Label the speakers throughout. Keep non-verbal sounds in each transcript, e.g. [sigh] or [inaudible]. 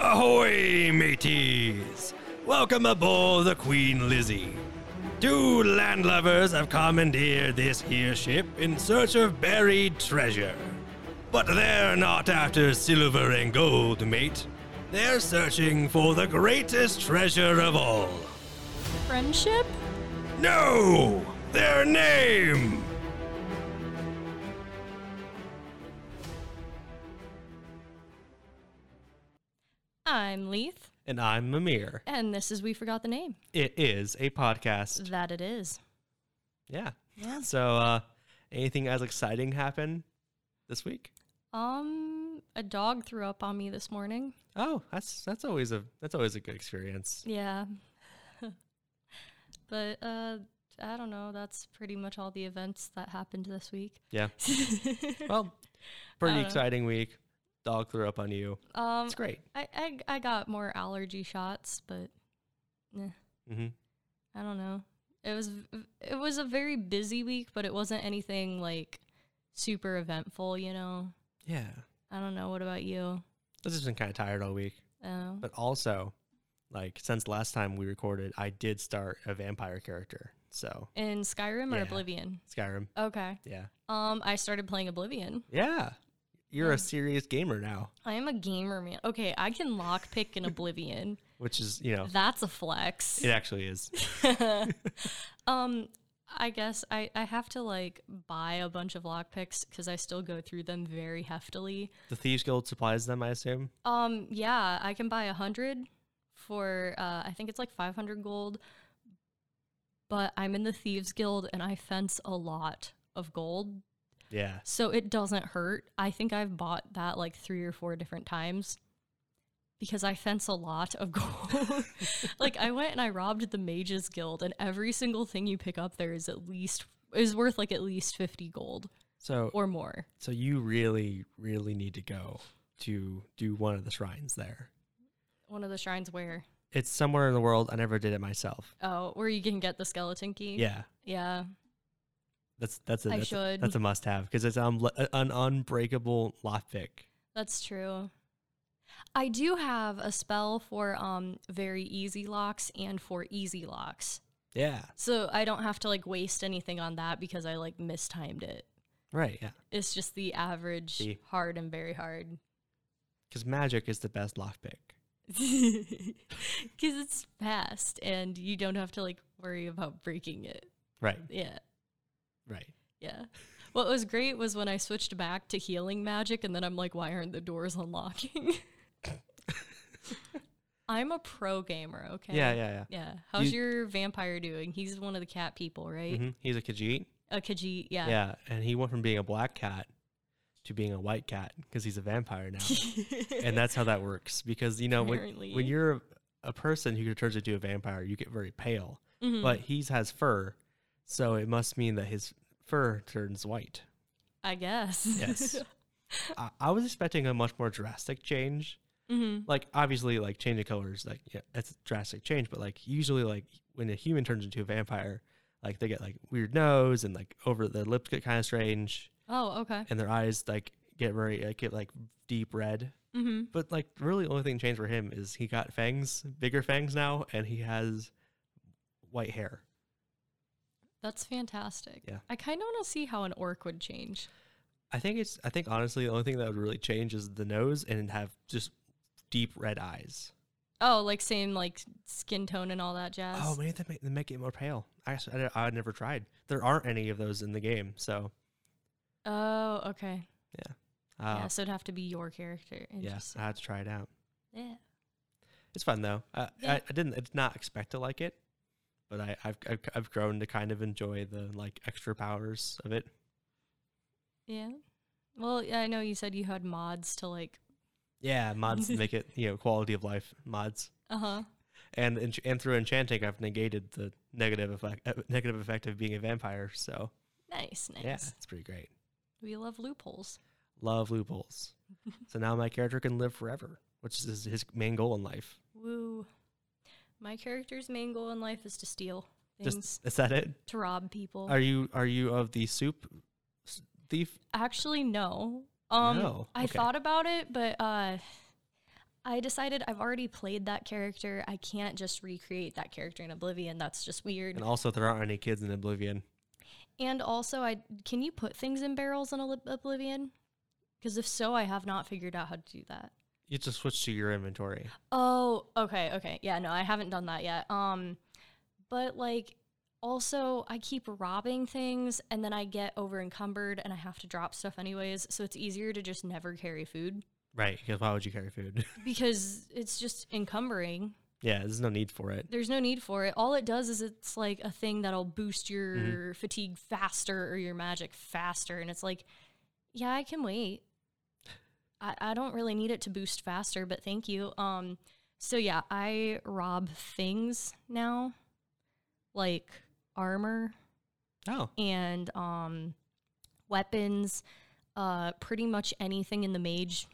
Speaker 1: Ahoy, mateys! Welcome aboard the Queen Lizzie. Two landlubbers have commandeered this here ship in search of buried treasure. But they're not after silver and gold, mate. They're searching for the greatest treasure of all.
Speaker 2: Friendship?
Speaker 1: No! Their name!
Speaker 2: I'm Leith,
Speaker 1: And I'm Mimir.
Speaker 2: and this is We Forgot the Name.
Speaker 1: It is a podcast.
Speaker 2: That it is.
Speaker 1: Yeah. So, uh, anything as exciting happen this week?
Speaker 2: Um, a dog threw up on me this morning.
Speaker 1: Oh, that's that's always a that's always a good experience.
Speaker 2: Yeah. [laughs] but uh I don't know, that's pretty much all the events that happened this week.
Speaker 1: Yeah. well, pretty exciting week. Dog threw up on you.
Speaker 2: [laughs] Uh. Um
Speaker 1: It's great.
Speaker 2: I, I I got more allergy shots, but eh,
Speaker 1: Mm-hmm.
Speaker 2: I don't know. It was v- it was a very busy week, but it wasn't anything like super eventful, you know.
Speaker 1: Yeah.
Speaker 2: I don't know. What about you?
Speaker 1: I've just been kind of tired all week.
Speaker 2: Oh,
Speaker 1: But also, like since last time we recorded, I did start a vampire character. So
Speaker 2: in Skyrim
Speaker 1: Yeah.
Speaker 2: or Oblivion?
Speaker 1: Skyrim.
Speaker 2: Okay.
Speaker 1: Yeah.
Speaker 2: Um, I started playing Oblivion.
Speaker 1: Yeah. You're
Speaker 2: Yeah.
Speaker 1: a serious gamer now,
Speaker 2: I am a gamer man. Okay, I can
Speaker 1: [laughs]
Speaker 2: lockpick in Oblivion.
Speaker 1: which is
Speaker 2: [laughs]
Speaker 1: you know
Speaker 2: That's a flex.
Speaker 1: it actually is.
Speaker 2: [laughs]
Speaker 1: [laughs]
Speaker 2: um, I guess I, I have to like buy a bunch of lockpicks because I still go through them very heftily.
Speaker 1: The Thieves Guild supplies them, I assume.
Speaker 2: Um, yeah, I can buy a hundred for uh, I think it's like five hundred gold. But I'm in the Thieves Guild and I fence a lot of gold
Speaker 1: Yeah.
Speaker 2: So it doesn't hurt. I think I've bought that like three or four different times because I fence a lot of [laughs] gold. like I went and I robbed the Mages Guild, and every single thing you pick up there is at least is worth like at least fifty gold
Speaker 1: So
Speaker 2: or more.
Speaker 1: so you really really need to go to do one of the shrines there.
Speaker 2: One of the shrines where
Speaker 1: It's somewhere in the world. I never did it myself.
Speaker 2: oh where you can get the skeleton key.
Speaker 1: Yeah.
Speaker 2: yeah.
Speaker 1: That's that's a
Speaker 2: I
Speaker 1: that's, A,
Speaker 2: should.
Speaker 1: that's a must have because it's um, an unbreakable lockpick.
Speaker 2: That's true. I do have a spell for um very easy locks and for easy locks.
Speaker 1: Yeah.
Speaker 2: So I don't have to like waste anything on that because I like mistimed it.
Speaker 1: Right. Yeah.
Speaker 2: It's just the average
Speaker 1: See.
Speaker 2: hard and very hard. [laughs]
Speaker 1: Because magic is the best lockpick.
Speaker 2: Because it's fast and you don't have to like worry about breaking it.
Speaker 1: Right.
Speaker 2: Yeah.
Speaker 1: Right.
Speaker 2: Yeah. What was great was when I switched back to healing magic and then I'm like, why aren't the doors unlocking? [laughs] I'm a pro gamer, okay?
Speaker 1: Yeah. Yeah. Yeah.
Speaker 2: Yeah. How's
Speaker 1: You-
Speaker 2: your vampire doing? He's one of the cat people, right?
Speaker 1: Mhm. He's a Khajiit.
Speaker 2: A Khajiit,
Speaker 1: Yeah.
Speaker 2: yeah.
Speaker 1: And he went from being a black cat to being a white cat because he's a vampire now.
Speaker 2: [laughs]
Speaker 1: and that's how that works because you know when,
Speaker 2: Apparently.
Speaker 1: when you're a, a person who turns into a vampire, you get very pale.
Speaker 2: Mhm.
Speaker 1: But he's has fur, so it must mean that his fur turns white.
Speaker 2: I guess. [laughs]
Speaker 1: Yes. I, I was expecting a much more drastic change.
Speaker 2: hmm
Speaker 1: like obviously like change of colors like yeah, that's a drastic change but like usually like when a human turns into a vampire like they get like weird nose and like over their lips get kind of strange
Speaker 2: Oh, okay.
Speaker 1: and their eyes like get very like, get like deep red
Speaker 2: Mm-hmm.
Speaker 1: but like really the only thing changed for him is he got fangs bigger fangs now and he has white hair
Speaker 2: That's fantastic.
Speaker 1: Yeah.
Speaker 2: I kind of want to see how an orc would change.
Speaker 1: i think it's i think honestly the only thing that would really change is the nose and have just deep red eyes
Speaker 2: Oh, like same like skin tone and all that jazz.
Speaker 1: Oh, maybe they make, they make it more pale. I, s- I, d- I never tried. There aren't any of those in the game, so
Speaker 2: Oh, okay. yeah,
Speaker 1: uh,
Speaker 2: so it'd have to be your character.
Speaker 1: yes,
Speaker 2: Interesting.
Speaker 1: I had to try it out.
Speaker 2: Yeah.
Speaker 1: It's fun though. I,
Speaker 2: Yeah.
Speaker 1: I, I didn't I did not expect to like it, but I, I've, I've I've grown to kind of enjoy the like extra powers of it.
Speaker 2: Yeah. Well, yeah, I know you said you had mods to like.
Speaker 1: Yeah,
Speaker 2: [laughs]
Speaker 1: mods to make it you know quality of life mods,
Speaker 2: Uh huh.
Speaker 1: and ench- and through enchanting, I've negated the negative effect uh, negative effect of being a vampire. So
Speaker 2: Nice, nice.
Speaker 1: yeah, it's pretty great.
Speaker 2: We love loopholes.
Speaker 1: Love
Speaker 2: [laughs]
Speaker 1: loopholes. so now my character can live forever, which is his main goal in life.
Speaker 2: Woo. My character's main goal in life is to steal things,
Speaker 1: Just is that it?
Speaker 2: to rob people.
Speaker 1: Are you are you of the soup s- thief?
Speaker 2: Actually, no. Um,
Speaker 1: No?
Speaker 2: I
Speaker 1: Okay.
Speaker 2: thought about it, but uh, I decided I've already played that character. I can't just recreate that character in Oblivion. That's just weird.
Speaker 1: And also, there aren't any kids in Oblivion.
Speaker 2: And also, I can you put things in barrels in Oli- Oblivion? Because if so, I have not figured out how to do that.
Speaker 1: You just switch to your inventory.
Speaker 2: Oh, okay, okay. Yeah, no, I haven't done that yet. Um but like also I keep robbing things and then I get over encumbered and I have to drop stuff anyways, so it's easier to just never carry food
Speaker 1: Right, because why would you carry food? [laughs]
Speaker 2: because it's just encumbering.
Speaker 1: yeah, there's no need for it.
Speaker 2: There's no need for it. All it does is it's like a thing that'll boost your fatigue faster or your magic faster and it's like yeah, I can wait. I, I don't really need it to boost faster, but thank you. Um, so yeah, I rob things now, like armor
Speaker 1: Oh,
Speaker 2: and um, weapons, uh, pretty much anything in the mage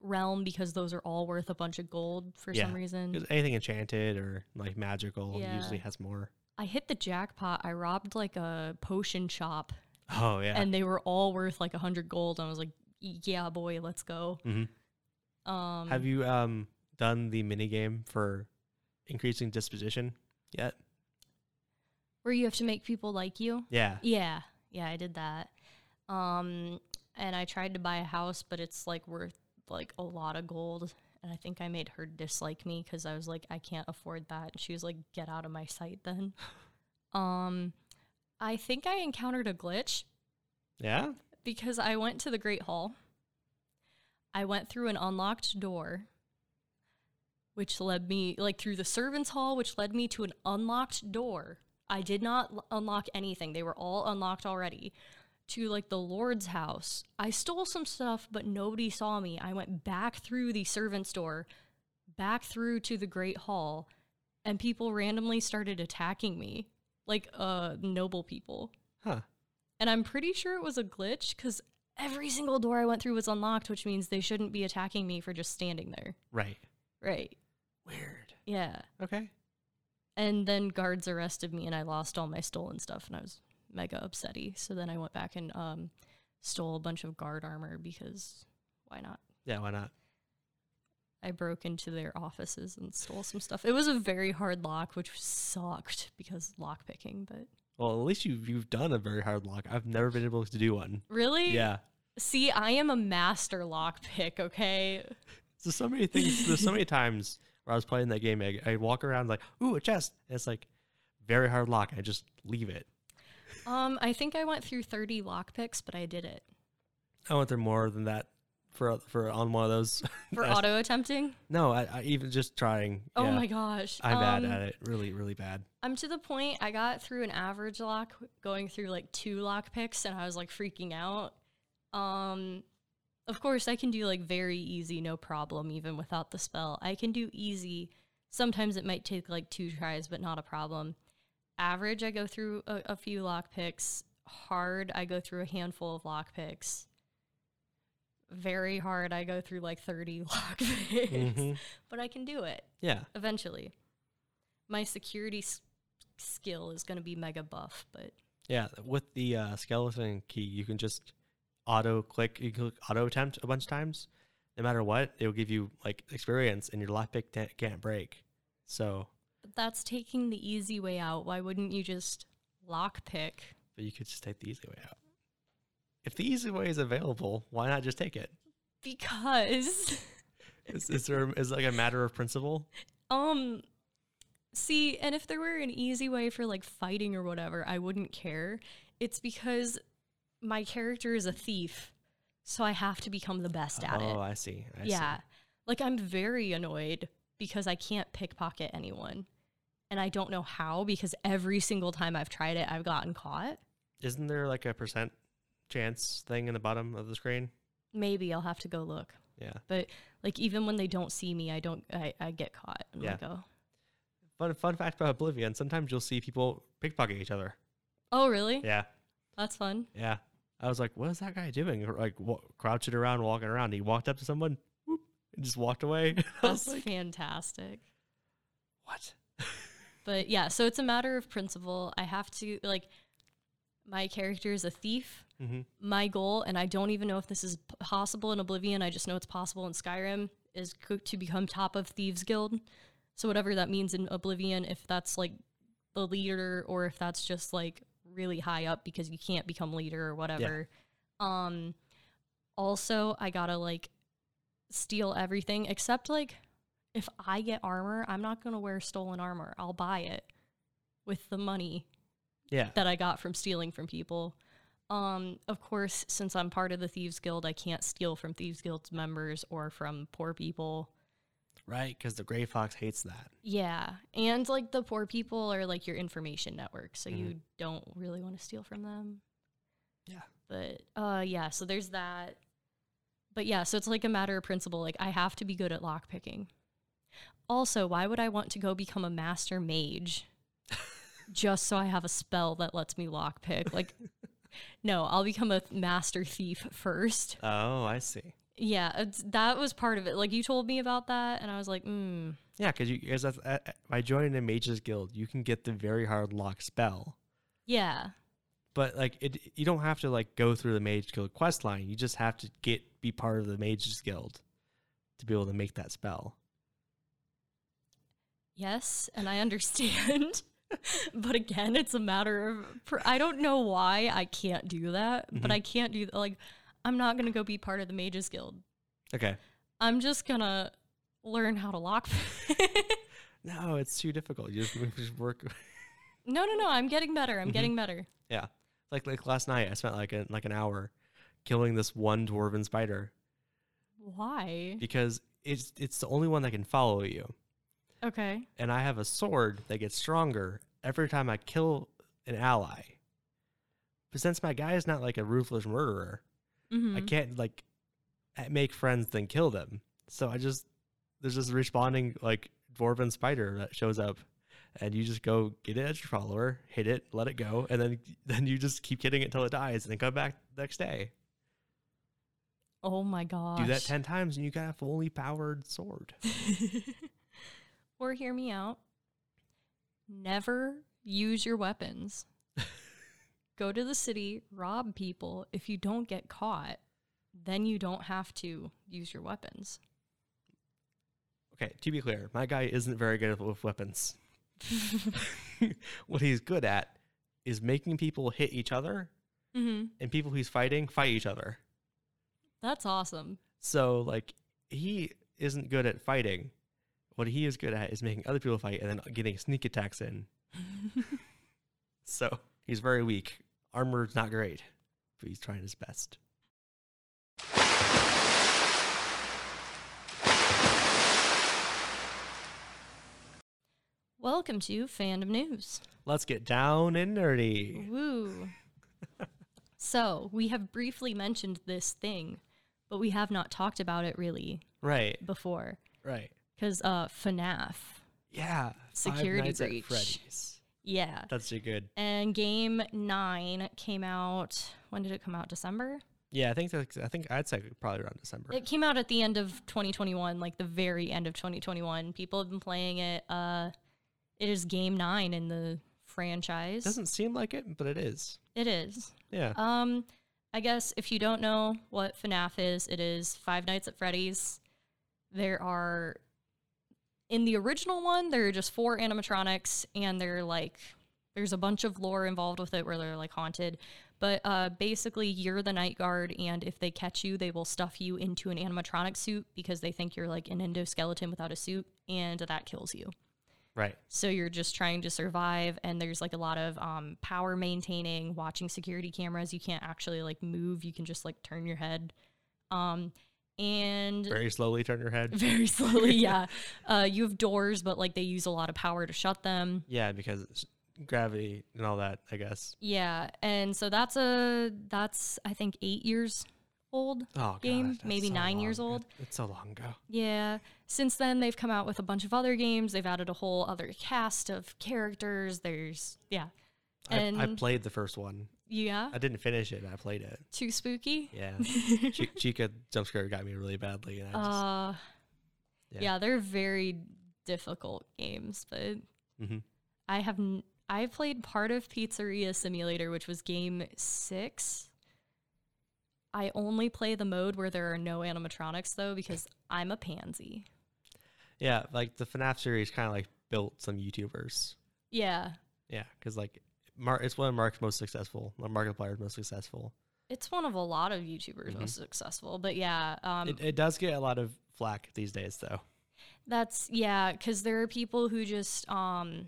Speaker 2: realm because those are all worth a bunch of gold for
Speaker 1: Yeah,
Speaker 2: some reason.
Speaker 1: 'cause anything enchanted or like magical
Speaker 2: Yeah.
Speaker 1: usually has more.
Speaker 2: I hit the jackpot. I robbed like a potion shop,
Speaker 1: Oh yeah,
Speaker 2: and they were all worth like a hundred gold. I was like, yeah, boy, let's go.
Speaker 1: Mhm.
Speaker 2: Um,
Speaker 1: Have you um done the mini game for increasing disposition yet?
Speaker 2: where you have to make people like you.
Speaker 1: Yeah.
Speaker 2: Yeah, yeah, I did that. Um, and I tried to buy a house, but it's like worth like a lot of gold. And I think I made her dislike me because I was like, I can't afford that. And she was like, Get out of my sight
Speaker 1: [laughs]
Speaker 2: then. um, I think I encountered a glitch
Speaker 1: Yeah?
Speaker 2: because I went to the Great Hall. I went through an unlocked door, which led me, like, through the servants' hall, which led me to an unlocked door. I did not l- unlock anything, they were all unlocked already. To, like, the Lord's house. I stole some stuff, but nobody saw me. I went back through the servants' door, back through to the Great Hall, and people randomly started attacking me, like, uh, noble people.
Speaker 1: Huh.
Speaker 2: And I'm pretty sure it was a glitch because every single door I went through was unlocked, which means they shouldn't be attacking me for just standing there.
Speaker 1: Right.
Speaker 2: Right.
Speaker 1: Weird.
Speaker 2: Yeah.
Speaker 1: Okay.
Speaker 2: And then guards arrested me and I lost all my stolen stuff and I was mega upsetty. So then I went back and um, stole a bunch of guard armor because why not?
Speaker 1: Yeah, why not?
Speaker 2: I broke into their offices and stole some stuff. It was a very hard lock, which sucked because lock picking, but
Speaker 1: Well, at least you you've done a very hard lock. I've never been able to do one.
Speaker 2: really?
Speaker 1: Yeah.
Speaker 2: See, I am a master lock pick, okay?
Speaker 1: So so many things there's so
Speaker 2: [laughs]
Speaker 1: many times where I was playing that game, I I walk around like, ooh, a chest. And it's like very hard lock. and I just leave it.
Speaker 2: Um, I think I went through 30 lockpicks, but I
Speaker 1: [laughs]
Speaker 2: did it.
Speaker 1: I went through more than that for for on one of those. [laughs]
Speaker 2: For
Speaker 1: That's-
Speaker 2: auto attempting?
Speaker 1: no, I, I even just trying.
Speaker 2: Oh
Speaker 1: yeah.
Speaker 2: my gosh.
Speaker 1: I'm bad
Speaker 2: Um,
Speaker 1: at it. Really, really bad.
Speaker 2: I'm to the point I got through an average lock going through like two lockpicks and I was like freaking out. Um of course I can do like very easy, no problem, even without the spell. I can do easy. Sometimes it might take like two tries, but not a problem. Average, I go through a, a few lockpicks. Hard, I go through a handful of lockpicks. Very hard, I go through like [laughs] 30 lockpicks.
Speaker 1: Mhm.
Speaker 2: But I can do it
Speaker 1: Yeah.
Speaker 2: eventually. My security s- skill is going to be mega buff, but
Speaker 1: Yeah, with the uh, skeleton key, you can just auto click. You can click auto attempt a bunch of times. No matter what, it will give you like experience, and your lockpick ta- can't break. So,
Speaker 2: but that's taking the easy way out. Why wouldn't you just lockpick?
Speaker 1: but you could just take the easy way out. If the easy way is available, why not just take it?
Speaker 2: Because [laughs]
Speaker 1: Is, is there is like a matter of principle?
Speaker 2: um see, and if there were an easy way for like fighting or whatever, I wouldn't care. It's because my character is a thief, so I have to become the best at
Speaker 1: oh,
Speaker 2: it.
Speaker 1: I see. I
Speaker 2: yeah.
Speaker 1: See.
Speaker 2: Like I'm very annoyed because I can't pickpocket anyone. And I don't know how because every single time I've tried it, I've gotten caught.
Speaker 1: Isn't there like a percent chance thing in the bottom of the screen?
Speaker 2: Maybe I'll have to go look.
Speaker 1: Yeah.
Speaker 2: But like even when they don't see me, I don't I, I get caught. I'm
Speaker 1: Yeah.
Speaker 2: like, oh.
Speaker 1: Fun fun fact about Oblivion: sometimes you'll see people pickpocket each other.
Speaker 2: Oh really?
Speaker 1: Yeah.
Speaker 2: That's fun.
Speaker 1: Yeah. I was like, what is that guy doing? Or, Like wa- crouching around, walking around. He walked up to someone whoop, and just walked away. [laughs] [laughs] I was
Speaker 2: That's
Speaker 1: like,
Speaker 2: fantastic.
Speaker 1: what?
Speaker 2: But yeah, so it's a matter of principle. I have to like my character is a thief.
Speaker 1: Mhm.
Speaker 2: My goal, and I don't even know if this is p- possible in Oblivion. I just know it's possible in Skyrim. is co- to become top of Thieves Guild. So whatever that means in Oblivion, if that's like the leader or if that's just like really high up because you can't become leader or whatever. Um also I gotta like steal everything except like if I get armor, I'm not gonna wear stolen armor. I'll buy it with the money
Speaker 1: Yeah.
Speaker 2: that I got from stealing from people. Um, of course, since I'm part of the Thieves Guild, I can't steal from Thieves Guild's members or from poor people.
Speaker 1: Right, because the Grey Fox hates that.
Speaker 2: Yeah. And like the poor people are like your information network, so you don't really want to steal from them.
Speaker 1: Yeah.
Speaker 2: But uh yeah, so there's that. But yeah, so it's like a matter of principle. Like I have to be good at lockpicking. Also, why would I want to go become a master mage just so I have a spell that lets me lockpick? Like no, I'll become a th- master thief first.
Speaker 1: Oh, I see.
Speaker 2: Yeah, it's, that was part of it. Like you told me about that and I was like, "Hmm,
Speaker 1: Yeah, because you because that's, uh, uh, by joining a mage's guild, you can get the very hard lock spell.
Speaker 2: yeah."
Speaker 1: But like it, you don't have to like go through the mage guild quest line. You just have to get be part of the mage's guild to be able to make that spell.
Speaker 2: Yes, and I understand. [laughs] but again, it's a matter of pr- I don't know why I can't do that,
Speaker 1: Mm-hmm.
Speaker 2: but I can't do that. Like, I'm not gonna go be part of the Mages Guild.
Speaker 1: Okay.
Speaker 2: I'm just gonna learn how to lock. [laughs] no,
Speaker 1: No, it's too difficult. You just, [laughs] you just work.
Speaker 2: no, no. I'm getting better.
Speaker 1: Mm-hmm.
Speaker 2: I'm getting better.
Speaker 1: Yeah. Like like last night, I spent like a, like an hour killing this one dwarven spider
Speaker 2: Why?
Speaker 1: because it's it's the only one that can follow you.
Speaker 2: Okay.
Speaker 1: and I have a sword that gets stronger every time I kill an ally. But since my guy is not like a ruthless murderer,
Speaker 2: hmm
Speaker 1: I can't like a- make friends then kill them. So I just there's this responding like dwarven spider that shows up, and you just go get an edge follower, hit it, let it go, and then [laughs] then you just keep hitting it till it dies, and then come back the next day.
Speaker 2: oh my gosh.
Speaker 1: Do that ten times, and you got a fully powered sword.
Speaker 2: [laughs] or hear me out. Never use your weapons. Go to the city, rob people. If you don't get caught, then you don't have to use your weapons.
Speaker 1: Okay, to be clear, my guy isn't very good with weapons. [laughs] what he's good at is making people hit each other
Speaker 2: Mm-hmm.
Speaker 1: and people he's fighting fight each other.
Speaker 2: That's awesome.
Speaker 1: So, like, he isn't good at fighting. What he is good at is making other people fight and then getting sneak attacks in. so, he's very weak. Armor's not great, but he's trying his best.
Speaker 2: Welcome to Fandom News.
Speaker 1: Let's get down and nerdy.
Speaker 2: Woo. so, we have briefly mentioned this thing, but we have not talked about it really
Speaker 1: Right,
Speaker 2: before.
Speaker 1: right.
Speaker 2: Because uh, FNAF.
Speaker 1: Yeah. Five
Speaker 2: Security
Speaker 1: Nights at
Speaker 2: breach.
Speaker 1: Freddy's.
Speaker 2: Yeah.
Speaker 1: That's a good
Speaker 2: And game nine came out. When did it come out? December?
Speaker 1: Yeah, I think that's, I think I'd say probably around December.
Speaker 2: It came out at the end of 2021, like the very end of 2021. People have been playing it. Uh, it is game nine in the franchise.
Speaker 1: Doesn't seem like it, but it is.
Speaker 2: It is.
Speaker 1: Yeah.
Speaker 2: Um, I guess if you don't know what FNAF is, it is Five Nights at Freddy's. There are in the original one, there are just four animatronics, and they're like there's a bunch of lore involved with it where they're like haunted. But uh, basically, you're the night guard, and if they catch you, they will stuff you into an animatronic suit because they think you're like an endoskeleton without a suit, and that kills you.
Speaker 1: right.
Speaker 2: So you're just trying to survive, and there's like a lot of um, power maintaining, watching security cameras. You can't actually like move; you can just like turn your head, um, and
Speaker 1: Very slowly turn your head.
Speaker 2: [laughs] very slowly. yeah, uh, you have doors, but like they use a lot of power to shut them.
Speaker 1: Yeah, because it's gravity and all that, I guess.
Speaker 2: Yeah, and so that's a that's I think eight years old.
Speaker 1: Oh,
Speaker 2: Game,
Speaker 1: God, that's
Speaker 2: maybe
Speaker 1: so
Speaker 2: nine years
Speaker 1: long-
Speaker 2: old.
Speaker 1: it- It's so long ago.
Speaker 2: Yeah. Since then, they've come out with a bunch of other games. They've added a whole other cast of characters. There's yeah,
Speaker 1: I, I
Speaker 2: And- Uh.
Speaker 1: played the first one.
Speaker 2: yeah.
Speaker 1: I didn't finish it. I played it.
Speaker 2: Too spooky.
Speaker 1: Yeah.
Speaker 2: [laughs]
Speaker 1: Ch- Chica jump scare got me really badly, and I just
Speaker 2: Uh,
Speaker 1: Yeah.
Speaker 2: yeah. they're very difficult games, but
Speaker 1: Mhm.
Speaker 2: I have n- I played part of Pizzeria Simulator, which was game six. I only play the mode where there are no animatronics though because I'm a pansy.
Speaker 1: Yeah, like the FNAF series kind of like built some YouTubers.
Speaker 2: Yeah.
Speaker 1: [laughs] Yeah, because like Mark, it's one of Mark's most successful, one of Markiplier's most successful.
Speaker 2: It's one of a lot of YouTubers
Speaker 1: Mhm.
Speaker 2: most successful, but yeah, um,
Speaker 1: it, it does get a lot of flack these days, though.
Speaker 2: That's yeah, because there are people who just um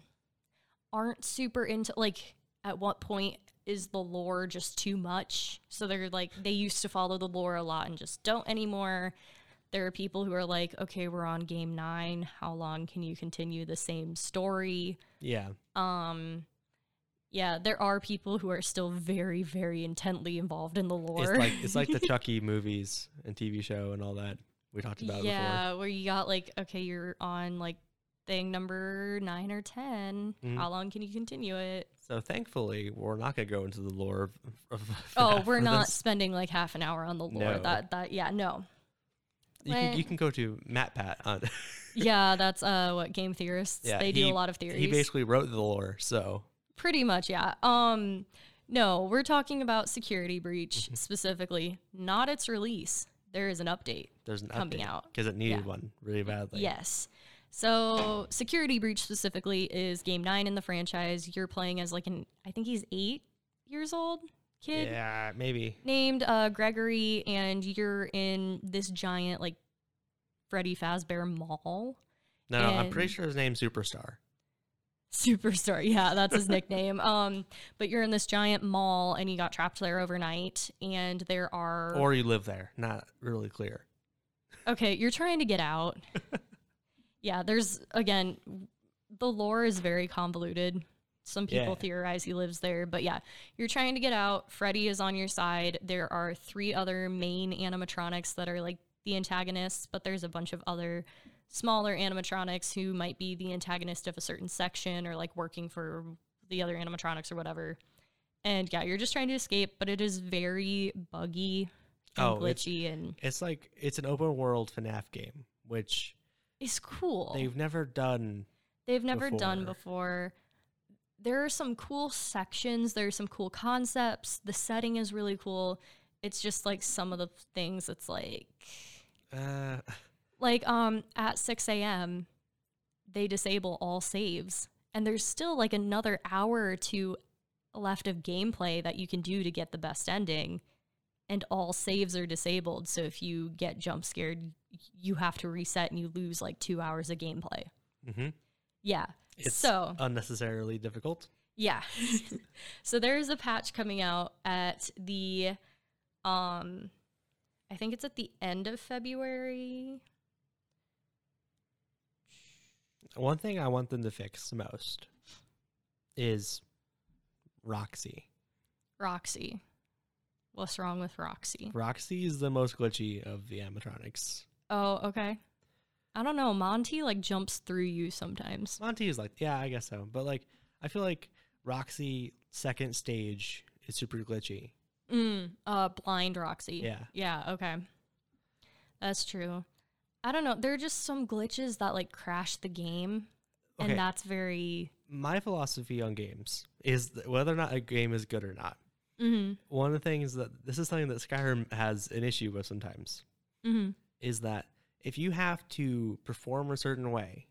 Speaker 2: aren't super into like at what point is the lore just too much? So they're like they used to follow the lore a lot and just don't anymore. There are people who are like, okay, we're on game nine. How long can you continue the same story?
Speaker 1: Yeah,
Speaker 2: Um yeah, there are people who are still very, very intently involved in the lore.
Speaker 1: it's like it's
Speaker 2: [laughs]
Speaker 1: like the Chucky movies and TV show and all that we talked about
Speaker 2: yeah, where you got like, okay, you're on like thing number nine or 10.
Speaker 1: Mhm.
Speaker 2: How long can you continue it?
Speaker 1: before. So thankfully, we're not gonna go into the lore of. of
Speaker 2: Oh,
Speaker 1: FNAF
Speaker 2: we're
Speaker 1: for
Speaker 2: not
Speaker 1: this.
Speaker 2: spending like half an hour on the lore.
Speaker 1: No.
Speaker 2: That that yeah, no.
Speaker 1: You can, you
Speaker 2: when-
Speaker 1: can go to Matt Pat on. [laughs]
Speaker 2: Yeah, that's uh what game theorists.
Speaker 1: Yeah,
Speaker 2: they do
Speaker 1: he-
Speaker 2: a lot of
Speaker 1: he
Speaker 2: theories.
Speaker 1: basically wrote the lore, so
Speaker 2: Pretty much, yeah. Um no, we're talking about security
Speaker 1: Mm-hmm.
Speaker 2: breach specifically, not its release. There is an update.
Speaker 1: there's an
Speaker 2: Coming
Speaker 1: update
Speaker 2: out.
Speaker 1: because it needed
Speaker 2: Yeah.
Speaker 1: one really badly.
Speaker 2: Yes. So, Security Breach specifically is game nine in the franchise. You're playing as like an, I think he's eight years old kid
Speaker 1: Yeah, maybe.
Speaker 2: named uh, Gregory, and you're in this giant, like, Freddy Fazbear Mall. [laughs]
Speaker 1: No, no, I'm pretty
Speaker 2: And-
Speaker 1: sure his name's Superstar.
Speaker 2: Superstar, yeah,
Speaker 1: [laughs]
Speaker 2: that's his nickname. Um, but you're in this giant mall, and you got trapped there overnight. And there are
Speaker 1: Or you live there. Not really clear.
Speaker 2: Okay, you're trying to
Speaker 1: [laughs]
Speaker 2: get out. yeah, there's again, the lore is very convoluted. Some people
Speaker 1: Yeah.
Speaker 2: theorize he lives there, but yeah, you're trying to get out. Freddy is on your side. There are three other main animatronics that are like the antagonists, but there's a bunch of other smaller animatronics who might be the antagonist of a certain section or like working for the other animatronics or whatever. And yeah, you're just trying to escape, but it is very buggy and
Speaker 1: Oh, it's-
Speaker 2: glitchy and
Speaker 1: It's like it's an open world FNAF game, which
Speaker 2: it's cool.
Speaker 1: they've never done.
Speaker 2: they've never done
Speaker 1: before.
Speaker 2: before. There are some cool sections, there are some cool concepts. The setting is really cool. It's just like some of the things that's like
Speaker 1: Uh, [laughs]
Speaker 2: like um at 6 a.m. they disable all saves and there's still like another hour or two left of gameplay that you can do to get the best ending and all saves are disabled so if you get jump scared you have to reset and you lose like two hours of gameplay
Speaker 1: mhm.
Speaker 2: yeah
Speaker 1: It's
Speaker 2: so
Speaker 1: unnecessarily difficult.
Speaker 2: yeah. [laughs] so there's a patch coming out at the um I think it's at the end of February.
Speaker 1: One thing I want them to fix the most is Roxy.
Speaker 2: Roxy. What's wrong with Roxy?
Speaker 1: Roxy is the most glitchy of the animatronics.
Speaker 2: Oh, okay. I don't know. Monty like jumps through you sometimes.
Speaker 1: Monty is like, yeah, I guess so. But like, I feel like Roxy second stage is super glitchy.
Speaker 2: Mm, uh blind Roxy.
Speaker 1: Yeah.
Speaker 2: Yeah, okay. That's true. I don't know. There are just some glitches that like crash the game
Speaker 1: Okay.
Speaker 2: and that's very
Speaker 1: My philosophy on games is that whether or not a game is good or not.
Speaker 2: mhm
Speaker 1: one of the things that this is something that Skyrim has an issue with sometimes
Speaker 2: mhm
Speaker 1: is that if you have to perform a certain way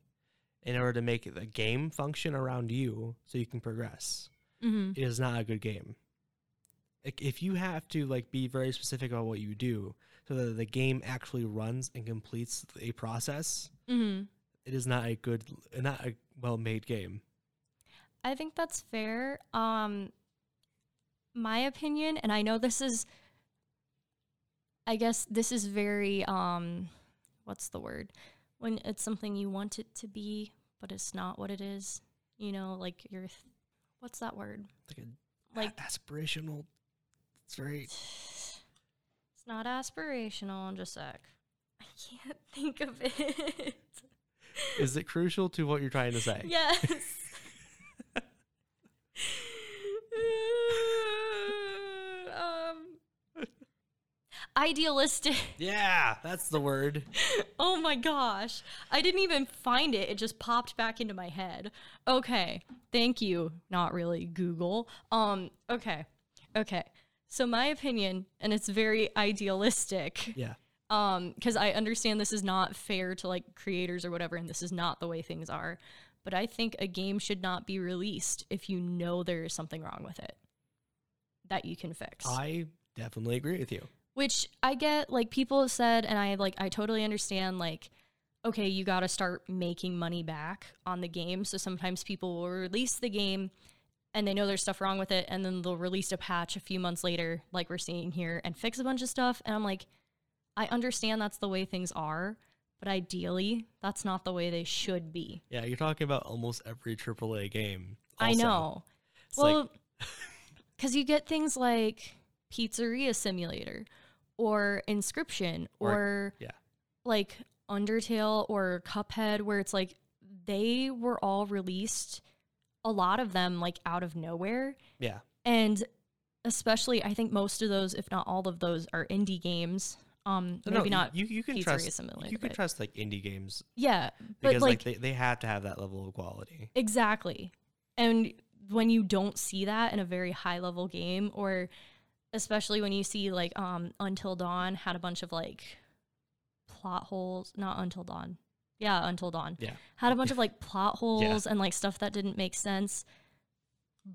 Speaker 1: in order to make the game function around you so you can progress,
Speaker 2: mhm
Speaker 1: it is not a good game. Like if you have to like be very specific about what you do so that the game actually runs and completes a process,
Speaker 2: mhm
Speaker 1: it is not a good not a well-made game.
Speaker 2: I think that's fair. Um, my opinion, and I know this is, I guess this is very, um, what's the word? When it's something you want it to be, but it's not what it is. You know, like your, th- what's that word?
Speaker 1: Like a
Speaker 2: Like
Speaker 1: aspirational it's
Speaker 2: [laughs]
Speaker 1: very
Speaker 2: it's not aspirational. Just a sec. I can't [laughs] think of it.
Speaker 1: is it crucial to what you're trying to say?
Speaker 2: yes. [laughs] um, idealistic.
Speaker 1: Yeah, that's the word.
Speaker 2: [laughs] Oh my gosh. I didn't even find it. It just popped back into my head. Okay. Thank you. Not really Google. Um okay. Okay. So my opinion, and it's very idealistic,
Speaker 1: Yeah.
Speaker 2: um, because I understand this is not fair to like creators or whatever, and this is not the way things are. But I think a game should not be released if you know there is something wrong with it that you can fix.
Speaker 1: I definitely agree with you.
Speaker 2: Which I get, like people have said, and I like I totally understand, like, okay, you gotta start making money back on the game. So sometimes people will release the game and they know there's stuff wrong with it, and then they'll release a patch a few months later, like we're seeing here, and fix a bunch of stuff. And I'm like, I understand that's the way things are, but ideally, that's not the way they should be.
Speaker 1: Yeah, you're talking about almost every AAA game.
Speaker 2: I
Speaker 1: also.
Speaker 2: know.
Speaker 1: It's like-
Speaker 2: Well, because you get things like Pizzeria Simulator or Inscription
Speaker 1: Or-
Speaker 2: or,
Speaker 1: yeah.
Speaker 2: like Undertale or Cuphead, where it's like they were all released, a lot of them like out of nowhere.
Speaker 1: yeah,
Speaker 2: And especially, I think most of those, if not all of those, are indie games. Um,
Speaker 1: No, no,
Speaker 2: maybe
Speaker 1: you-
Speaker 2: not.
Speaker 1: You, you can
Speaker 2: Pizzeria
Speaker 1: trust.
Speaker 2: Simulator,
Speaker 1: You can
Speaker 2: but-
Speaker 1: trust like indie games
Speaker 2: yeah, but
Speaker 1: because like,
Speaker 2: like
Speaker 1: they, they have to have that level of quality.
Speaker 2: Exactly. And when you don't see that in a very high level game, or especially when you see like um Until Dawn had a bunch of like plot holes, not Until Dawn. Yeah, Until Dawn.
Speaker 1: Yeah.
Speaker 2: Had a bunch of like plot holes and like stuff that didn't make sense.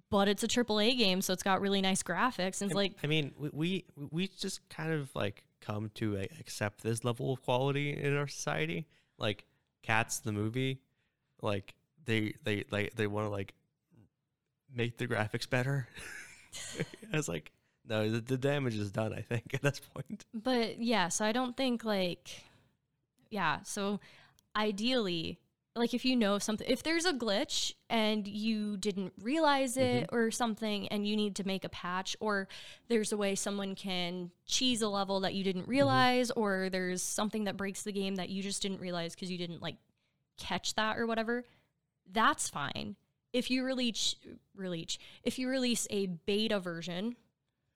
Speaker 2: But it's a AAA game, so it's got really nice graphics. And it's
Speaker 1: I-
Speaker 2: like,
Speaker 1: I mean, we, we we just kind of like come to a, accept this level of quality in our society. Like Cats, the movie, like they they like they want to like make the graphics better. [laughs] I was like, no, the, the damage is done. I think at this point.
Speaker 2: But yeah, so I don't think like, yeah, so ideally, like if you know something, if there's a glitch and you didn't realize it or something and you need to make a patch, or there's a way someone can cheese a level that you didn't realize, or there's something that breaks the game that you just didn't realize because you didn't like catch that or whatever, that's fine. If you release, release, if you release a beta version,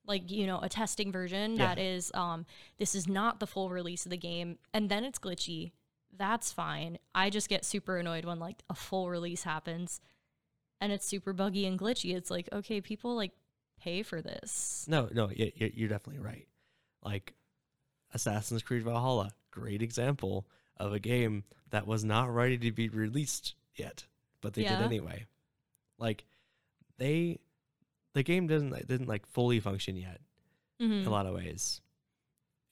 Speaker 2: like you know a testing version
Speaker 1: Yeah.
Speaker 2: that is um this is not the full release of the game and then it's glitchy that's fine i just get super annoyed when like a full release happens and it's super buggy and glitchy it's like okay people like pay for this
Speaker 1: No, no, you, you- you're definitely right. Like Assassin's Creed Valhalla, great example of a game that was not ready to be released yet, but they did
Speaker 2: Yeah.
Speaker 1: anyway. Like they, the game doesn't like, didn't like fully function yet in a [laughs]
Speaker 2: Mhm.
Speaker 1: lot of ways,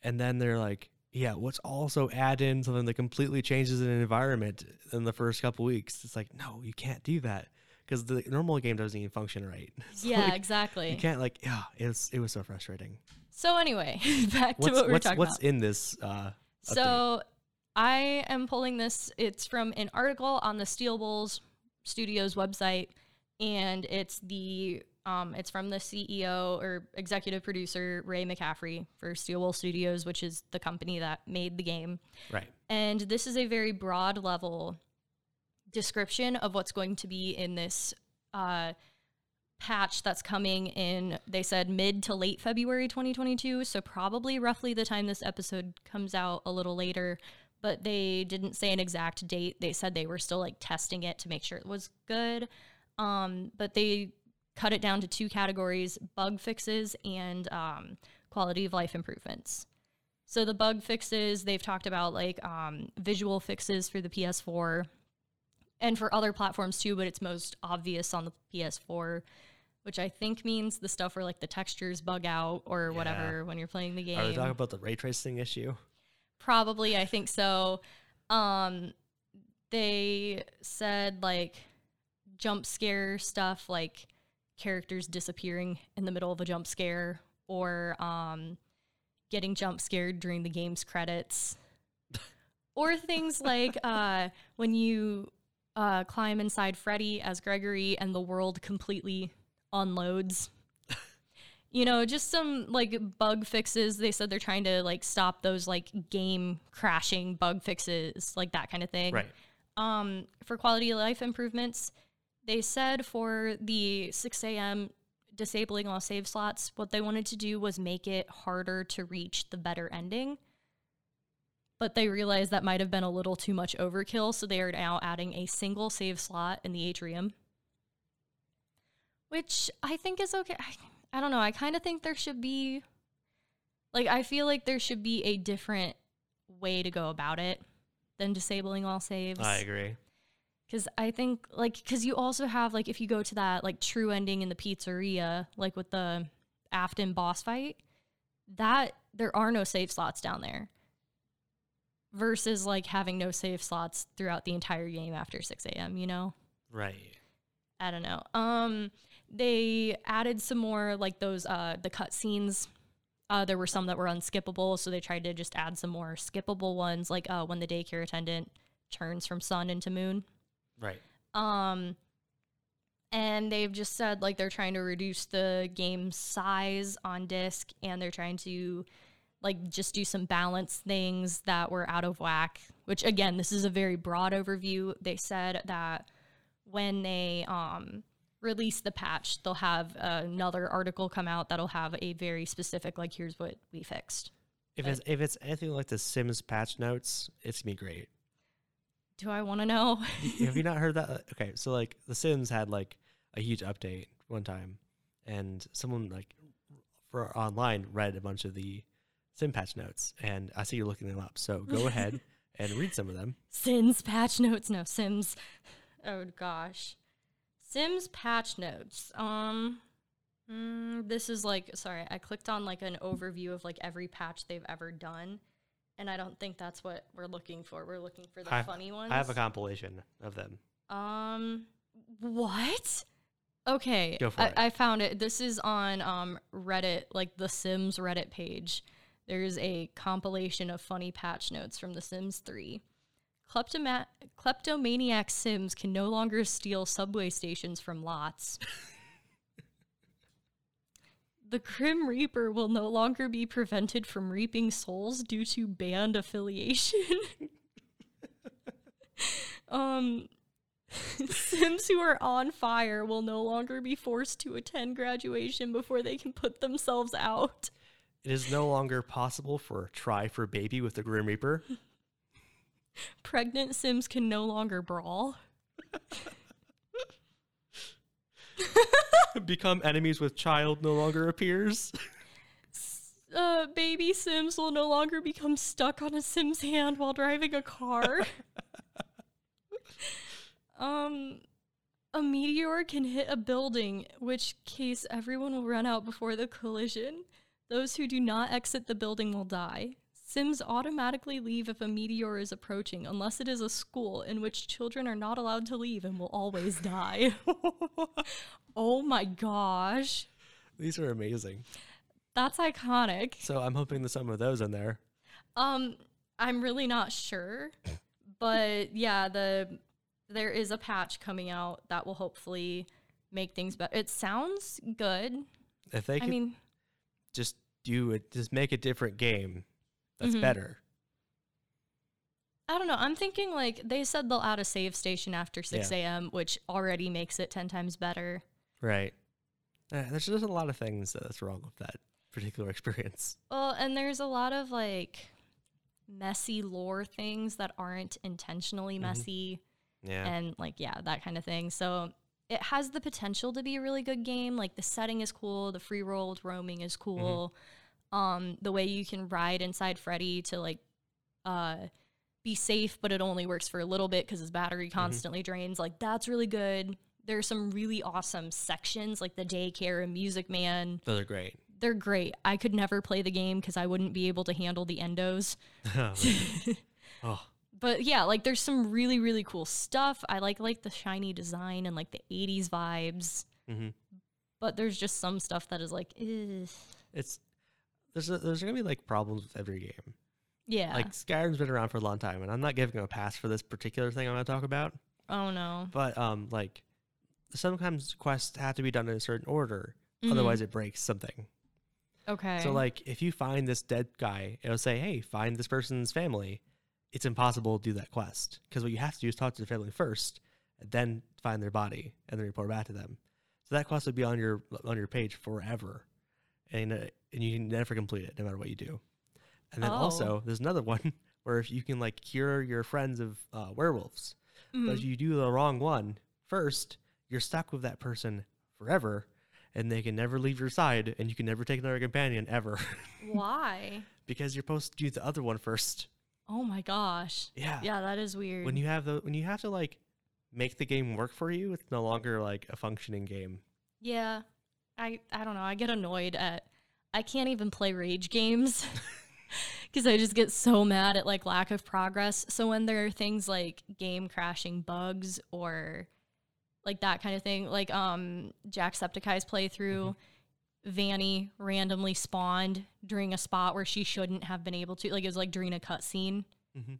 Speaker 1: and then they're like, yeah, let's also add in something that completely changes an environment in the first couple weeks. It's like, no, you can't do that because the normal game doesn't even function right. [laughs] It's
Speaker 2: yeah
Speaker 1: like, you
Speaker 2: exactly
Speaker 1: can't like yeah. It was it was so frustrating
Speaker 2: so anyway [laughs] back to
Speaker 1: what's,
Speaker 2: what we we're
Speaker 1: what's,
Speaker 2: talking
Speaker 1: what's
Speaker 2: about
Speaker 1: in this uh update?
Speaker 2: So I am pulling this. It's from an article on the Steel Bulls Studios website, and it's the um, it's from the CEO or executive producer Ray McCaffrey for Steel Bull Studios, which is the company that made the game.
Speaker 1: right
Speaker 2: And this is a very broad level description of what's going to be in this uh, patch that's coming in, they said mid to late February 2022. So, probably roughly the time this episode comes out a little later. But they didn't say an exact date. They said they were still like testing it to make sure it was good. Um, but they cut it down to two categories bug fixes and um, quality of life improvements. So the bug fixes they've talked about like um, visual fixes for the PS4 and for other platforms too, but it's most obvious on the PS4, which I think means the stuff where like the textures bug out or whatever when you're playing the game.
Speaker 1: are they talking about the ray tracing issue
Speaker 2: Probably, I think so. Um, they said like jump scare stuff, like characters disappearing in the middle of a jump scare, or um, getting jump scared during the game's credits, or things like uh, when you uh, climb inside Freddy as Gregory and the world completely unloads you know, just some like bug fixes. They said they're trying to like stop those like game crashing bug fixes, like that kind of thing.
Speaker 1: right
Speaker 2: Um, for quality of life improvements, they said for the 6 a.m. disabling all save slots, what they wanted to do was make it harder to reach the better ending. But they realized that might have been a little too much overkill, so they are now adding a single save slot in the atrium, which I think is okay. I, I don't know. I kind of think there should be, like, I feel like there should be a different way to go about it than disabling all saves.
Speaker 1: I agree.
Speaker 2: Because I think, like, because you also have, like, if you go to that, like, true ending in the pizzeria, like with the Afton boss fight, that there are no save slots down there versus, like, having no save slots throughout the entire game after 6 a.m., you know?
Speaker 1: Right.
Speaker 2: I don't know. Um, they added some more like those uh the cut scenes. Uh, there were some that were unskippable, so they tried to just add some more skippable ones, like uh, when the daycare attendant turns from sun into moon.
Speaker 1: Right.
Speaker 2: Um, and they've just said like they're trying to reduce the game size on disc, and they're trying to like just do some balance things that were out of whack. Which again, this is a very broad overview. They said that when they um, release the patch, they'll have another article come out that'll have a very specific, like, here's what we fixed.
Speaker 1: If it's if it's anything like the Sims patch notes, it's gonna be great.
Speaker 2: Do I want to know? [laughs]
Speaker 1: Have you not heard that? Uh, Okay, so like the Sims had like a huge update one time, and someone like for online read a bunch of the Sim patch notes, and I see you're looking them up. So
Speaker 2: [laughs]
Speaker 1: go ahead and read some of them.
Speaker 2: Sims patch notes? No, Sims. Oh gosh, Sims patch notes. Um, mm, this is like sorry, I clicked on like an overview of like every patch they've ever done, and I don't think that's what we're looking for. We're looking for the
Speaker 1: I-
Speaker 2: funny ones.
Speaker 1: I have a compilation of them.
Speaker 2: Um, what? Okay,
Speaker 1: Go for
Speaker 2: I,
Speaker 1: it.
Speaker 2: I found it. This is on um Reddit, like the Sims Reddit page. There's a compilation of funny patch notes from The Sims 3. Kleptoma- kleptomaniac Sims can no longer steal subway stations from lots. [laughs] the Grim Reaper will no longer be prevented from reaping souls due to band affiliation. [laughs] um, [laughs] Sims who are on fire will no longer be forced to attend graduation before they can put themselves out.
Speaker 1: It is no longer possible for a try for baby with the Grim Reaper.
Speaker 2: Pregnant Sims can no longer brawl.
Speaker 1: Become enemies with child no longer appears.
Speaker 2: Uh, baby Sims will no longer become stuck on a Sim's hand while driving a car. um, a meteor can hit a building, which case everyone will run out before the collision. Those who do not exit the building will die. Sims automatically leave if a meteor is approaching, unless it is a school in which children are not allowed to leave and will always die. [laughs] oh my gosh.
Speaker 1: These are amazing.
Speaker 2: That's iconic.
Speaker 1: So I'm hoping there's some of those in there.
Speaker 2: Um, I'm really not sure, but yeah, the there is a patch coming out that will hopefully make things better. It sounds good.
Speaker 1: If they
Speaker 2: I
Speaker 1: could
Speaker 2: mean,
Speaker 1: just do it, just make a different game that's
Speaker 2: Mhm.
Speaker 1: better.
Speaker 2: I don't know. I'm thinking like they said they'll add a save station after 6 a.m., which already makes it 10 times better.
Speaker 1: Right. Uh, there's just a lot of things that- that's wrong with that particular [laughs] experience.
Speaker 2: Well, and there's a lot of like messy lore things that aren't intentionally messy.
Speaker 1: Yeah.
Speaker 2: and like yeah that kind of thing so it has the potential to be a really good game like the setting is cool the free world roaming is cool um the way you can ride inside freddy to like uh be safe but it only works for a little bit because his battery constantly drains like that's really good there's some really awesome sections like the daycare and music man
Speaker 1: those are great. [laughs]
Speaker 2: they're great i could never play the game because i wouldn't be able to handle the endos
Speaker 1: oh. Oh,
Speaker 2: but yeah, like there's some really really cool stuff. I like like the shiny design and like the 80s vibes.
Speaker 1: Mhm.
Speaker 2: But there's just some stuff that is like, Ugh.
Speaker 1: It's there's a, there's gonna be like problems with every game.
Speaker 2: yeah,
Speaker 1: Like Skyrim's been around for a long time, and I'm not giving them a pass for this particular thing I'm gonna talk about.
Speaker 2: oh no,
Speaker 1: But um, like sometimes quests have to be done in a certain order, otherwise it breaks something.
Speaker 2: Mm-hmm. okay,
Speaker 1: So like if you find this dead guy, it'll say, "Hey, find this person's family." It's impossible to do that quest because what you have to do is talk to the family first, and then find their body and then report back to them. So that quest would be on your on your page forever, and uh, and you can never complete it no matter what you do. And then
Speaker 2: Oh.
Speaker 1: also there's another [laughs] one where if you can like cure your friends of uh, werewolves,
Speaker 2: Mm-hmm. Mm.
Speaker 1: but if you do the wrong one first, you're stuck with that person forever, and they can never leave your side, and you can never take another companion ever [laughs]
Speaker 2: Why?
Speaker 1: because you're supposed to do the other one first.
Speaker 2: Oh my gosh.
Speaker 1: Yeah.
Speaker 2: Yeah, that is weird.
Speaker 1: When you have the when you have to like make the game work for you, it's no longer like a functioning game.
Speaker 2: yeah. I I don't know. I get annoyed at I can't even play rage games [laughs] cuz I just get so mad at like lack of progress. So when there are things like game crashing bugs or like that kind of thing, like um Jacksepticeye's playthrough Vanny randomly spawned during a spot where she shouldn't have been able to. Like it was like during a cutscene.
Speaker 1: Mhm.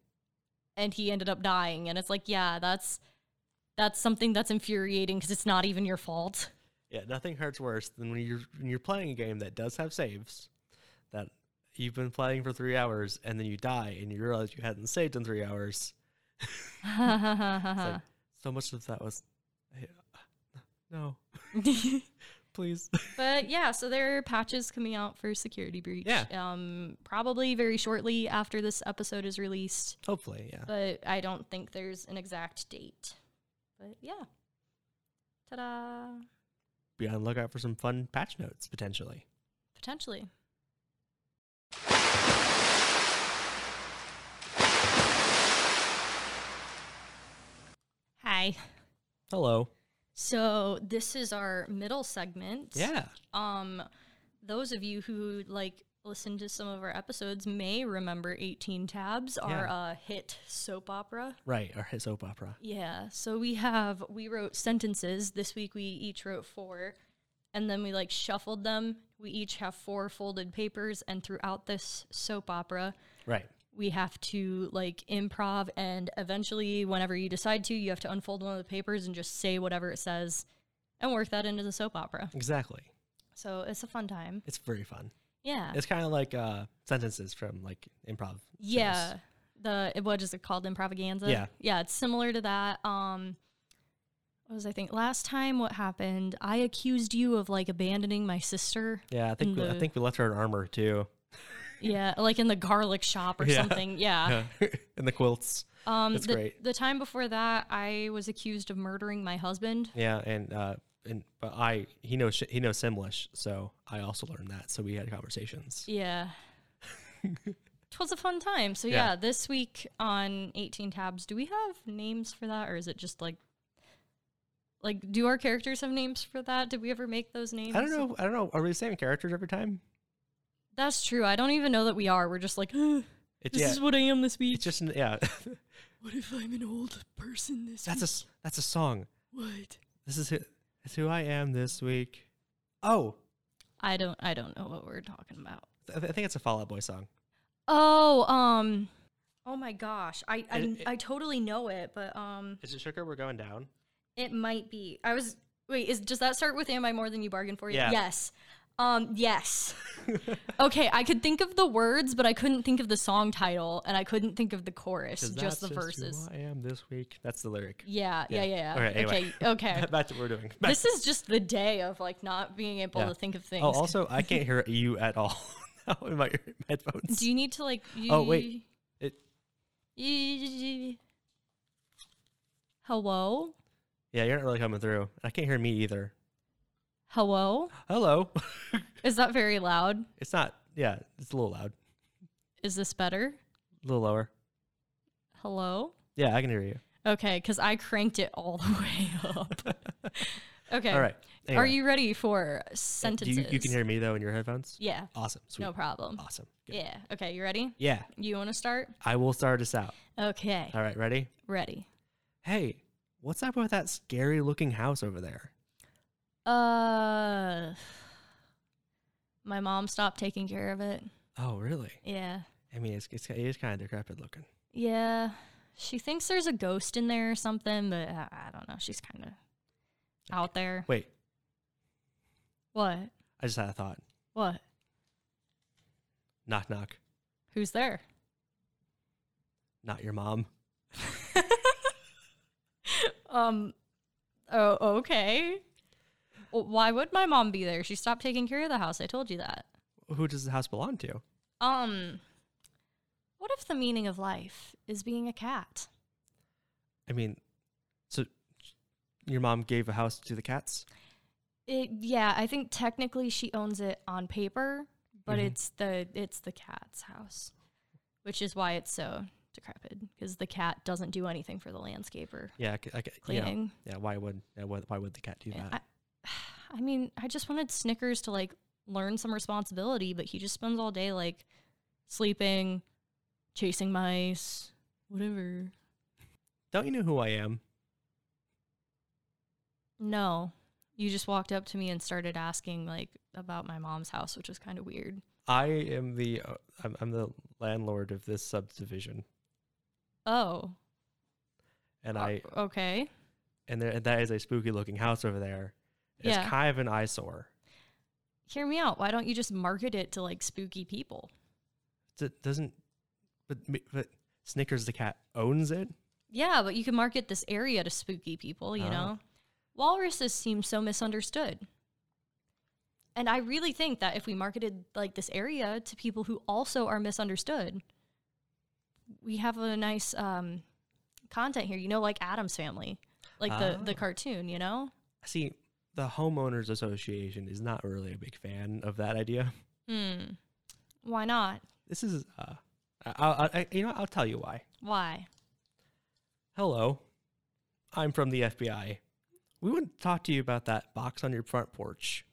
Speaker 2: and he ended up dying and it's like yeah that's that's something that's infuriating because it's not even your fault
Speaker 1: Yeah, nothing hurts worse than when you're when you're playing a game that does have saves that you've been playing for three hours and then you die and you realize you hadn't saved in three hours. It's
Speaker 2: Uh-huh.
Speaker 1: like, so much of that was I- no, please.
Speaker 2: [laughs] but yeah so there are patches coming out for security breach
Speaker 1: Yeah.
Speaker 2: um probably very shortly after this episode is released
Speaker 1: Hopefully, yeah.
Speaker 2: but i don't think there's an exact date but yeah ta-da
Speaker 1: Be on the lookout for some fun patch notes potentially.
Speaker 2: potentially hi
Speaker 1: Hello.
Speaker 2: So this is our middle segment.
Speaker 1: Yeah.
Speaker 2: Um, those of you who like listen to some of our episodes may remember 18 Tabs, our
Speaker 1: Yeah.
Speaker 2: uh, hit soap opera.
Speaker 1: Right, our hit soap opera.
Speaker 2: Yeah. So we have we wrote sentences this week. We each wrote four, and then we like shuffled them. We each have four folded papers, and throughout this soap opera,
Speaker 1: Right.
Speaker 2: we have to like improv and eventually whenever you decide to you have to unfold one of the papers and just say whatever it says and work that into the soap opera
Speaker 1: Exactly.
Speaker 2: so it's a fun time
Speaker 1: It's very fun.
Speaker 2: yeah
Speaker 1: It's kind of like uh sentences from like improv. shows.
Speaker 2: yeah the what is it called improvaganza
Speaker 1: Yeah.
Speaker 2: yeah it's similar to that um what was i think last time what happened i accused you of like abandoning my sister
Speaker 1: Yeah, I think we, I
Speaker 2: The-
Speaker 1: think we left her in armor too.
Speaker 2: yeah like in the garlic shop or
Speaker 1: [laughs] Yeah.
Speaker 2: something yeah
Speaker 1: and the quilts.
Speaker 2: um
Speaker 1: That's
Speaker 2: the,
Speaker 1: great.
Speaker 2: the time before that i was accused of murdering my husband
Speaker 1: Yeah, and uh, and but I he knows sh- he knows Simlish, so I also learned that. So we had conversations. [laughs]
Speaker 2: Yeah. it was a fun time. So
Speaker 1: Yeah.
Speaker 2: yeah. this week on 18 tabs, do we have names for that or is it just like like do our characters have names for that? Did we ever make those names?
Speaker 1: I don't know. I don't know. Are we the same characters every time?
Speaker 2: That's true. I don't even know that we are. We're just like [gasps] "Ugh,
Speaker 1: It's
Speaker 2: this
Speaker 1: yeah.
Speaker 2: is what I am this week.
Speaker 1: it's just an, yeah. [laughs]
Speaker 2: what if I'm an old person this
Speaker 1: that's a
Speaker 2: week?
Speaker 1: s- that's a song.
Speaker 2: what?
Speaker 1: This is who, it's who I am this week. Oh,
Speaker 2: I don't I don't know what we're talking about.
Speaker 1: I, th- I think it's a Fall Out Boy song.
Speaker 2: Oh, um Oh my gosh. I I,
Speaker 1: And it-
Speaker 2: I totally know it, but um
Speaker 1: Is it Sugar? We're going [laughs] down.
Speaker 2: It might be. I was wait. Is does that start with "Am I more than you bargained for?"
Speaker 1: Yeah.
Speaker 2: Yes. Um. Yes. [laughs] okay. I could think of the words, but I couldn't think of the song title, and I couldn't think of the chorus.
Speaker 1: 'Cause
Speaker 2: Just
Speaker 1: that's
Speaker 2: the verses.
Speaker 1: Who I am this week. That's the lyric.
Speaker 2: Yeah. Yeah. Yeah. yeah.
Speaker 1: Okay, anyway.
Speaker 2: Okay.
Speaker 1: [laughs]
Speaker 2: Okay.
Speaker 1: Back to what we're doing. Back
Speaker 2: this is just the day of like not being able
Speaker 1: Yeah.
Speaker 2: to think of things.
Speaker 1: Oh, also, I can't hear you at all [laughs] now in my headphones.
Speaker 2: Do you need to like?
Speaker 1: Oh, wait. It-
Speaker 2: Hello.
Speaker 1: yeah, you're not really coming through. I can't hear me either.
Speaker 2: Hello.
Speaker 1: Hello. [laughs]
Speaker 2: Is that very loud?
Speaker 1: it's not. Yeah, it's a little loud.
Speaker 2: Is this better?
Speaker 1: A little lower.
Speaker 2: Hello.
Speaker 1: Yeah, I can hear you.
Speaker 2: Okay, because I cranked it all the [laughs] way up. okay.
Speaker 1: All right.
Speaker 2: Are
Speaker 1: Anyway,
Speaker 2: you ready for
Speaker 1: uh, do
Speaker 2: sentences?
Speaker 1: You, you can hear me though in your headphones.
Speaker 2: Yeah,
Speaker 1: Awesome. Sweet.
Speaker 2: no problem.
Speaker 1: Awesome. Good.
Speaker 2: Yeah. Okay, you ready?
Speaker 1: Yeah.
Speaker 2: You want to start?
Speaker 1: I will start us out.
Speaker 2: Okay,
Speaker 1: All right. Ready?
Speaker 2: ready.
Speaker 1: Hey, what's up with that scary looking house over there?
Speaker 2: Uh, my mom stopped taking care of it.
Speaker 1: Oh, really?
Speaker 2: Yeah,
Speaker 1: I mean, it's it's it is kind of decrepit looking.
Speaker 2: yeah. She thinks there's a ghost in there or something, but I, I don't know. She's kind of out there.
Speaker 1: Wait,
Speaker 2: What?
Speaker 1: I just had a thought.
Speaker 2: What?
Speaker 1: Knock knock.
Speaker 2: Who's there?
Speaker 1: Not your mom.
Speaker 2: Um. Oh, okay. Well, why would my mom be there? She stopped taking care of the house. I told you that.
Speaker 1: Who does the house belong to?
Speaker 2: Um. What if the meaning of life is being a cat?
Speaker 1: I mean, so your mom gave a house to the cats?
Speaker 2: It, yeah, I think technically she owns it on paper, but
Speaker 1: Mhm.
Speaker 2: it's the it's the cat's house, which is why it's so decrepit because the cat doesn't do anything for the landscaper
Speaker 1: Yeah, I c- I c- yeah,
Speaker 2: cleaning.
Speaker 1: yeah. Why would yeah, why, why would the cat do
Speaker 2: And
Speaker 1: that?
Speaker 2: I, [sighs] I mean, I just wanted Snickers to like learn some responsibility, but he just spends all day like sleeping, chasing mice, whatever.
Speaker 1: Don't you know who I am?
Speaker 2: No, you just walked up to me and started asking like about my mom's house, which was kind of weird.
Speaker 1: I am the uh, I'm, I'm the landlord of this subdivision,
Speaker 2: Oh,
Speaker 1: and
Speaker 2: o-
Speaker 1: I
Speaker 2: okay.
Speaker 1: and there and that is a spooky looking house over there. It's
Speaker 2: Yeah.
Speaker 1: kind of an eyesore.
Speaker 2: Hear me out. Why don't you just market it to like spooky people?
Speaker 1: It doesn't, but m- but Snickers the cat owns it.
Speaker 2: Yeah, but you can market this area to spooky people, you
Speaker 1: Ah.
Speaker 2: know? Walruses seem so misunderstood. And I really think that if we marketed like this area to people who also are misunderstood, we have a nice um, content here, you know, like Adam's Family, like the, the
Speaker 1: Ah.
Speaker 2: cartoon, you know?
Speaker 1: See, the homeowners association is not really a big fan of that idea.
Speaker 2: Hmm. Why not?
Speaker 1: This is uh, I, I, I you know I'll tell you why.
Speaker 2: Why?
Speaker 1: Hello, I'm from the FBI. We want to talk to you about that box on your front porch.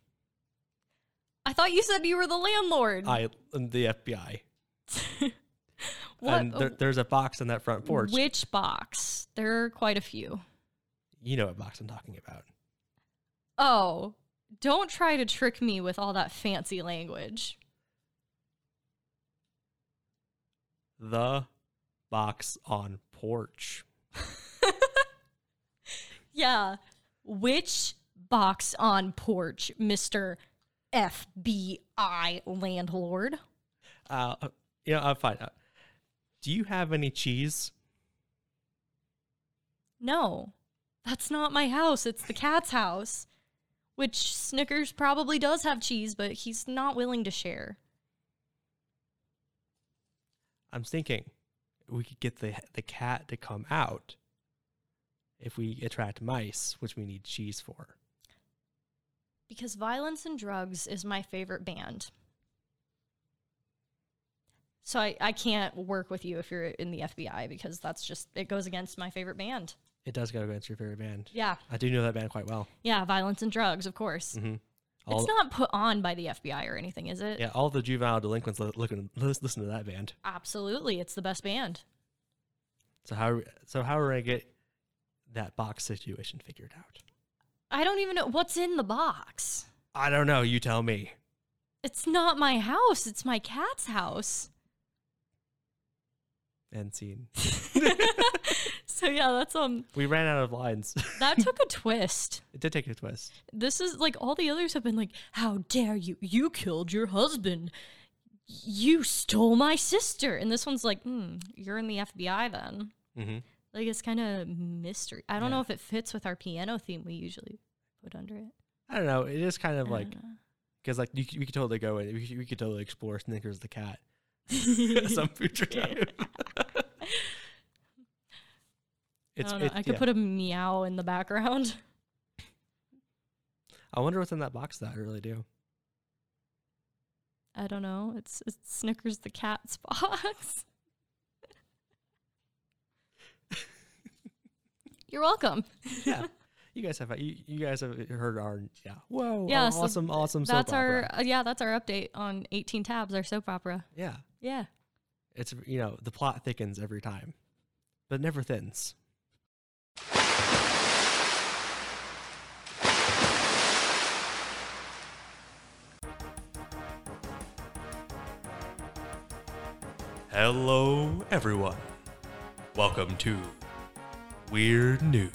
Speaker 2: I thought you said you were the landlord.
Speaker 1: I am the FBI.
Speaker 2: what?
Speaker 1: And there, there's a box on that front porch.
Speaker 2: Which box? There are quite a few.
Speaker 1: you know what box I'm talking about.
Speaker 2: Oh, don't try to trick me with all that fancy language.
Speaker 1: The box on porch.
Speaker 2: Yeah. Which box on porch, Mr. FBI landlord?
Speaker 1: Uh, uh, you know, I'm fine. Uh, do you have any cheese?
Speaker 2: No, that's not my house. It's the cat's house, which Snickers probably does have cheese, but he's not willing to share.
Speaker 1: I'm thinking we could get the the cat to come out if we attract mice, which we need cheese for.
Speaker 2: Because Violence and Drugs is my favorite band. So I, I can't work with you if you're in the FBI because that's just, it goes against my favorite band.
Speaker 1: It does go against your favorite band.
Speaker 2: Yeah.
Speaker 1: I do know that band quite well.
Speaker 2: Yeah. Violence and Drugs, of course.
Speaker 1: Mm-hmm.
Speaker 2: It's not put on by the FBI or anything, is it?
Speaker 1: yeah, all the juvenile delinquents li- looking lis- listen to that band.
Speaker 2: Absolutely. It's the best band.
Speaker 1: So how are we- so how are we gonna get that box situation figured out?
Speaker 2: I don't even know what's in the box.
Speaker 1: I don't know. You tell me.
Speaker 2: It's not my house, it's my cat's house. [laughs]
Speaker 1: End scene.
Speaker 2: So yeah, that's um
Speaker 1: We ran out of lines. [laughs]
Speaker 2: that took a twist.
Speaker 1: it did take a twist.
Speaker 2: this is like all the others have been like, How dare you? You killed your husband. You stole my sister. And this one's like, Hmm, you're in the FBI then.
Speaker 1: Mm-hmm.
Speaker 2: Like it's kind of mystery. I don't
Speaker 1: Yeah.
Speaker 2: know if it fits with our piano theme we usually put under it.
Speaker 1: I don't know. It is kind of
Speaker 2: I
Speaker 1: like [laughs]
Speaker 2: don't know.
Speaker 1: because like you, c- we could totally go in. We could, we could totally explore Snickers the cat.
Speaker 2: [laughs]
Speaker 1: Some future time.
Speaker 2: I, don't know. I could put a meow in the background. [laughs]
Speaker 1: I wonder what's in that box. That I really do.
Speaker 2: I don't know. It's, it's Snickers the cat's box. [laughs] You're welcome.
Speaker 1: Yeah, [laughs] you guys have you, you guys have heard our yeah. Whoa,
Speaker 2: Yeah,
Speaker 1: our
Speaker 2: so
Speaker 1: awesome, awesome. soap
Speaker 2: that's
Speaker 1: opera.
Speaker 2: our uh, yeah that's our update on 18 tabs our soap opera
Speaker 1: yeah.
Speaker 2: yeah
Speaker 1: It's you know the plot thickens every time, but it never thins.
Speaker 3: Hello, everyone. Welcome to Weird News.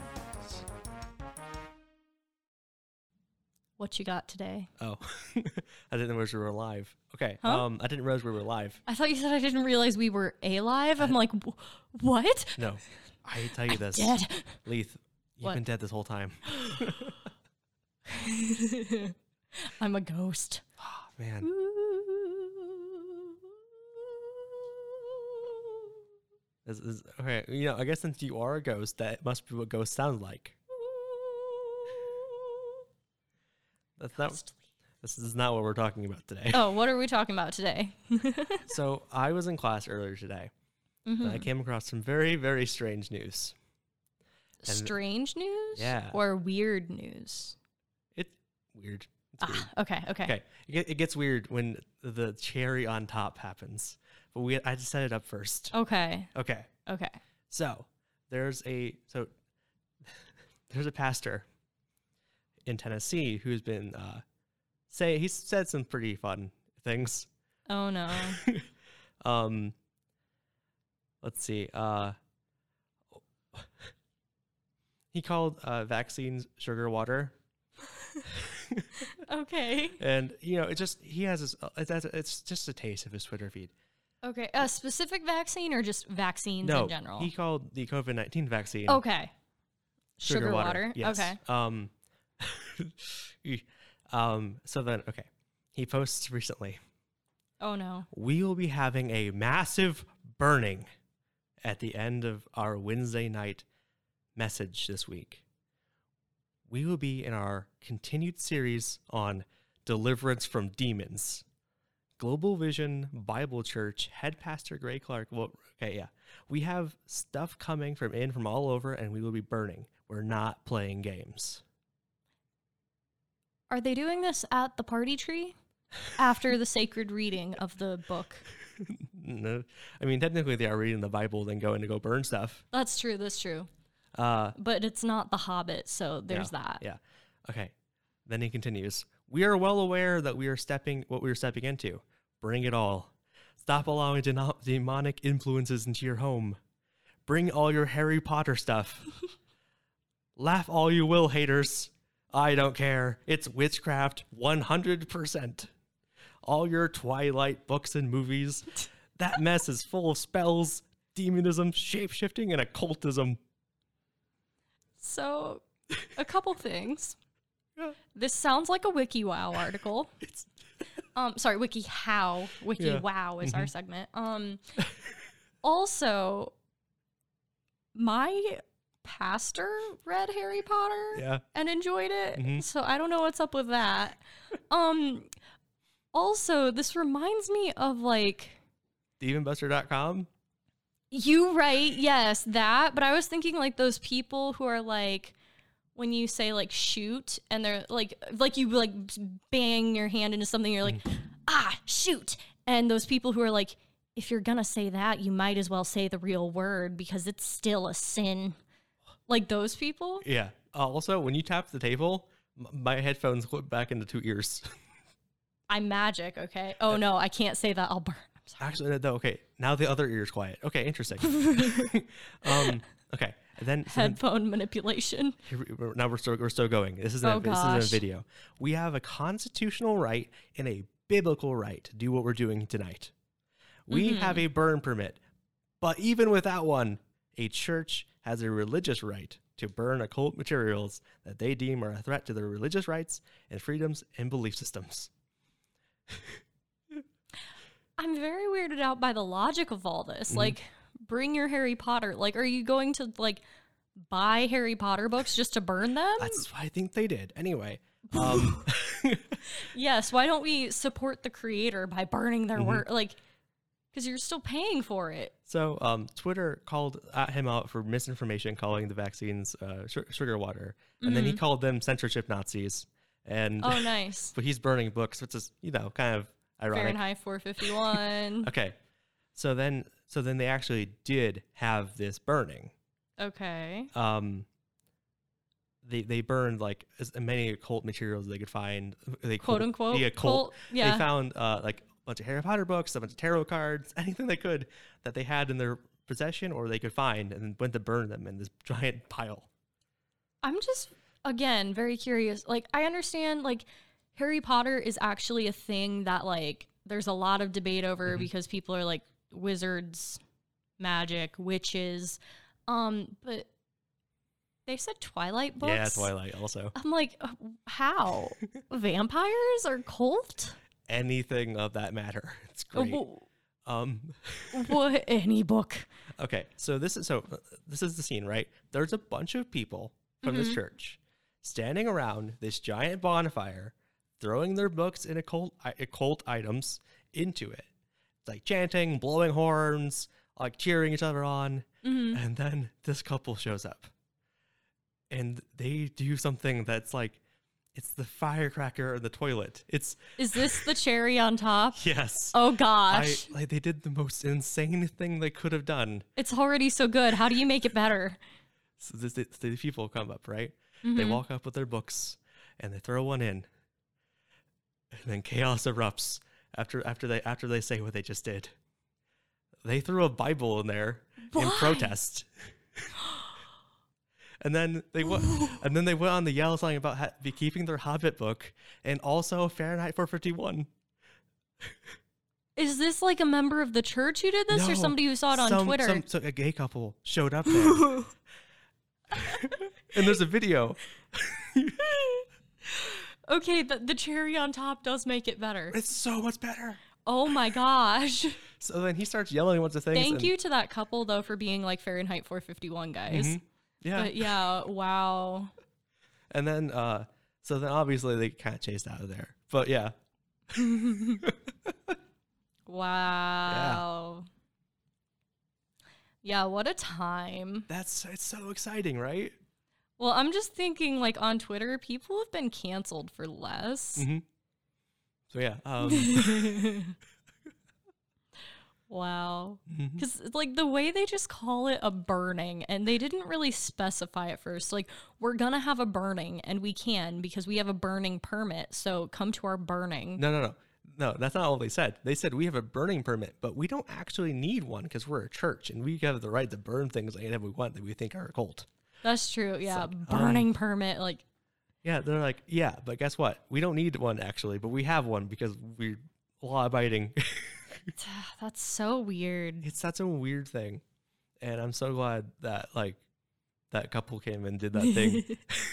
Speaker 2: what you got today
Speaker 1: Oh, [laughs] I didn't realize we were live. Okay,
Speaker 2: Huh?
Speaker 1: um, I didn't realize we were live.
Speaker 2: i thought you said i didn't realize we were alive i'm like "Wh- what
Speaker 1: No, I tell you this,
Speaker 2: dead
Speaker 1: Leith, you've
Speaker 2: What?
Speaker 1: been dead this whole time.
Speaker 2: [laughs] i'm a ghost
Speaker 1: Oh, man, this is okay. You know, I guess since you are a ghost, that must be what ghosts sound like. That's not. This is not what we're talking about
Speaker 2: [laughs]
Speaker 1: today.
Speaker 2: Oh, what are we talking about today?
Speaker 1: [laughs] so I was in class earlier today, and I
Speaker 2: Mhm.
Speaker 1: came across some very, very strange news. and-
Speaker 2: Strange news
Speaker 1: Yeah.
Speaker 2: or weird news?
Speaker 1: It's weird. It's weird.
Speaker 2: Ah, okay, okay.
Speaker 1: Okay, it, get- it gets weird when the cherry on top happens, but we I had to set it up first.
Speaker 2: Oh. Okay,
Speaker 1: Okay,
Speaker 2: okay.
Speaker 1: so there's a so [laughs] there's a pastor in Tennessee who's been uh, say he's said some pretty fun things. [laughs]
Speaker 2: Oh no.
Speaker 1: Um, let's see. Uh, [laughs] he called uh, vaccines sugar water.
Speaker 2: okay.
Speaker 1: And you know, it just he has his. uh, It's, it's just a taste of his Twitter feed.
Speaker 2: Okay. A specific vaccine or just vaccines
Speaker 1: no,
Speaker 2: in general? Oh,
Speaker 1: he called the COVID nineteen vaccine
Speaker 2: okay. Sugar, water.
Speaker 1: Yes.
Speaker 2: Okay.
Speaker 1: Um. [laughs] eeh. um. So then, okay, he posts recently.
Speaker 2: Oh no.
Speaker 1: We will be having a massive burning at the end of our Wednesday night message this week. We will be in our continued series on deliverance from demons. Global Vision Bible Church head pastor Gray Clark. Well, okay, yeah. We have stuff coming from in from all over and we will be burning. We're not playing games. [laughs]
Speaker 2: Are they doing this at the party tree? After the sacred reading of the book.
Speaker 1: no. I mean, technically they are reading the Bible then going to go burn stuff.
Speaker 2: That's true, that's true.
Speaker 1: Uh
Speaker 2: But it's not the Hobbit, so there's
Speaker 1: Yeah,
Speaker 2: that.
Speaker 1: Yeah. Okay. Then he continues. We are well aware that we are stepping what we are stepping into. Bring it all. Stop allowing deno- demonic influences into your home. Bring all your Harry Potter
Speaker 2: [laughs]
Speaker 1: stuff. Laugh all you will, haters. I don't care. It's witchcraft 100%. All your Twilight books and movies.
Speaker 2: [laughs]
Speaker 1: That mess is full of spells, demonism, shapeshifting, and occultism.
Speaker 2: So,
Speaker 1: [laughs]
Speaker 2: a couple things.
Speaker 1: Yeah.
Speaker 2: This sounds like a WikiWow article.
Speaker 1: [laughs] It's
Speaker 2: [laughs] Um, sorry, WikiHow. WikiWow is
Speaker 1: Mm-hmm.
Speaker 2: our segment.
Speaker 1: [laughs]
Speaker 2: Um, also, my pastor read Harry Potter
Speaker 1: yeah.
Speaker 2: and enjoyed it,
Speaker 1: Mhm.
Speaker 2: so I don't know what's up with that. um, also, this reminds me of like
Speaker 1: Demonbuster.com.
Speaker 2: you right, yes, that. But I was thinking like those people who are like when you say like shoot and they're like like you like bang your hand into something, you're like ah shoot, and those people who are like if you're gonna say that, you might as well say the real word because it's still a sin. Like those people.
Speaker 1: Yeah. Uh, also, when you tap the table, m- my headphones clip back into two ears. [laughs]
Speaker 2: I'm magic, okay? Oh no, I can't say that. I'll burn. I'm sorry.
Speaker 1: Actually, no, no, okay. Now the other ear's quiet. Okay, interesting. [laughs] um, okay. And then, so then-
Speaker 2: Headphone manipulation.
Speaker 1: here we- we're- now we're still we're still going. This isn't
Speaker 2: Oh,
Speaker 1: a, this isn't a
Speaker 2: gosh.
Speaker 1: video. We have a constitutional right and a biblical right to do what we're doing tonight. We
Speaker 2: Mm-hmm.
Speaker 1: have a burn permit, but even without one, a church has a religious right to burn occult materials that they deem are a threat to their religious rights and freedoms and belief systems.
Speaker 2: I'm very weirded out by the logic of all this.
Speaker 1: Mm-hmm.
Speaker 2: Like, bring your Harry Potter. Like, are you going to like buy Harry Potter books just to burn them?
Speaker 1: That's what I think they did.
Speaker 2: [laughs]
Speaker 1: Anyway, um,
Speaker 2: yes. Why don't we support the creator by burning
Speaker 1: Mm-hmm.
Speaker 2: their work? Like, because you're still paying
Speaker 1: [laughs]
Speaker 2: for it.
Speaker 1: So, um, Twitter called at him out for misinformation, calling the vaccines uh, su- sugar water, and then he called them censorship Nazis. And
Speaker 2: Mm-hmm. Oh, nice.
Speaker 1: [laughs] but he's burning books, which is you know kind of ironic.
Speaker 2: Fahrenheit
Speaker 1: [laughs]
Speaker 2: 451.
Speaker 1: Okay, so then so then they actually did have this burning.
Speaker 2: okay.
Speaker 1: Um, they they burned like as many occult materials they could find. They
Speaker 2: Quote
Speaker 1: quoted-
Speaker 2: unquote.
Speaker 1: the occult.
Speaker 2: cult- yeah.
Speaker 1: They found uh, like a bunch of Harry Potter books, a bunch of tarot cards, [laughs] anything they could that they had in their possession or they could find, and then went to burn them in this [laughs] giant pile.
Speaker 2: I'm just again very curious. Like I understand like Harry Potter is actually a thing that like there's a lot of debate over
Speaker 1: Mm-hmm.
Speaker 2: because people are like wizards, magic, witches. Um but they said Twilight books.
Speaker 1: Yeah, Twilight also.
Speaker 2: I'm like uh,
Speaker 1: [laughs]
Speaker 2: how? Vampires or cult?
Speaker 1: Anything of that matter. [laughs] It's
Speaker 2: Uh,
Speaker 1: great.
Speaker 2: wh-
Speaker 1: Um,
Speaker 2: what any book.
Speaker 1: okay, so this is so uh, this is the scene, right? There's a bunch of people from this church standing around this giant bonfire throwing their books in occult, i- occult items into it. It's like chanting, blowing horns, like cheering each other on.
Speaker 2: Mhm.
Speaker 1: And then this couple shows up and they do something that's like, it's the firecracker in the toilet. It's,
Speaker 2: Is this the cherry
Speaker 1: [laughs]
Speaker 2: on top?
Speaker 1: yes.
Speaker 2: Oh
Speaker 1: I,
Speaker 2: gosh.
Speaker 1: like they did the most insane thing they could have done.
Speaker 2: it's already so good. How do you make it better?
Speaker 1: So the, the, the people come up, right? They
Speaker 2: Mm-hmm.
Speaker 1: walk up with their books and they throw one in. And then chaos erupts after after they after they say what they just did. They threw a Bible in there in
Speaker 2: Why? [gasps]
Speaker 1: protest. and then they went and then they went on the yell something about ha- be keeping their Hobbit book and also Fahrenheit 451.
Speaker 2: Is this like a member of the church who did this or
Speaker 1: No,
Speaker 2: somebody who saw it on
Speaker 1: some-
Speaker 2: Twitter?
Speaker 1: some- so a gay couple showed
Speaker 2: [laughs]
Speaker 1: up there. [laughs] and there's a video.
Speaker 2: okay, the, the cherry on top does make it better.
Speaker 1: It's so much better.
Speaker 2: Oh
Speaker 1: [laughs]
Speaker 2: my gosh.
Speaker 1: So then he starts yelling what's the thing.
Speaker 2: Thank you to that couple though for being like Fahrenheit 451 guys.
Speaker 1: Mm-hmm. Yeah.
Speaker 2: But yeah, wow.
Speaker 1: And then uh so then obviously they can't chase out of there. But yeah.
Speaker 2: Wow. Yeah, what a time.
Speaker 1: That's it's so exciting, right?
Speaker 2: Well, I'm just thinking like on Twitter, people have been canceled for less.
Speaker 1: Mhm. So yeah.
Speaker 2: [laughs]
Speaker 1: Um
Speaker 2: Wow.
Speaker 1: Mm-hmm.
Speaker 2: Because, like, the way they just call it a burning, and they didn't really specify at first, like, we're going to have a burning, and we can because we have a burning permit. So come to our burning.
Speaker 1: no no no. No, that's not all they said. They said we have a burning permit, but we don't actually need one because we're a church and we have the right to burn things anytime we want that we think are occult.
Speaker 2: That's true. Yeah.
Speaker 1: like, um,
Speaker 2: burning permit. Like, [sighs]
Speaker 1: Yeah, they're like, yeah, but guess what? We don't need one actually, but we have one because we're law abiding.
Speaker 2: that's so weird.
Speaker 1: it's such a weird thing. And I'm so glad that like that couple came and did that thing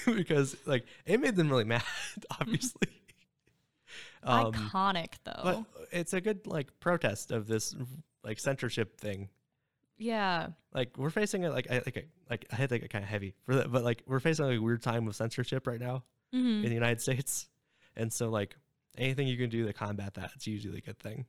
Speaker 1: [laughs] because like it made them really [laughs] mad, obviously. um,
Speaker 2: Iconic, though.
Speaker 1: but it's a good like protest of this like censorship thing.
Speaker 2: yeah. Like,
Speaker 1: Like we're facing it like I like I- like I hit like kind of heavy for that, but like we're facing like, a weird time of censorship right now.
Speaker 2: Mm-hmm.
Speaker 1: in the United States. And so like anything you can do to combat that, it's usually a good thing.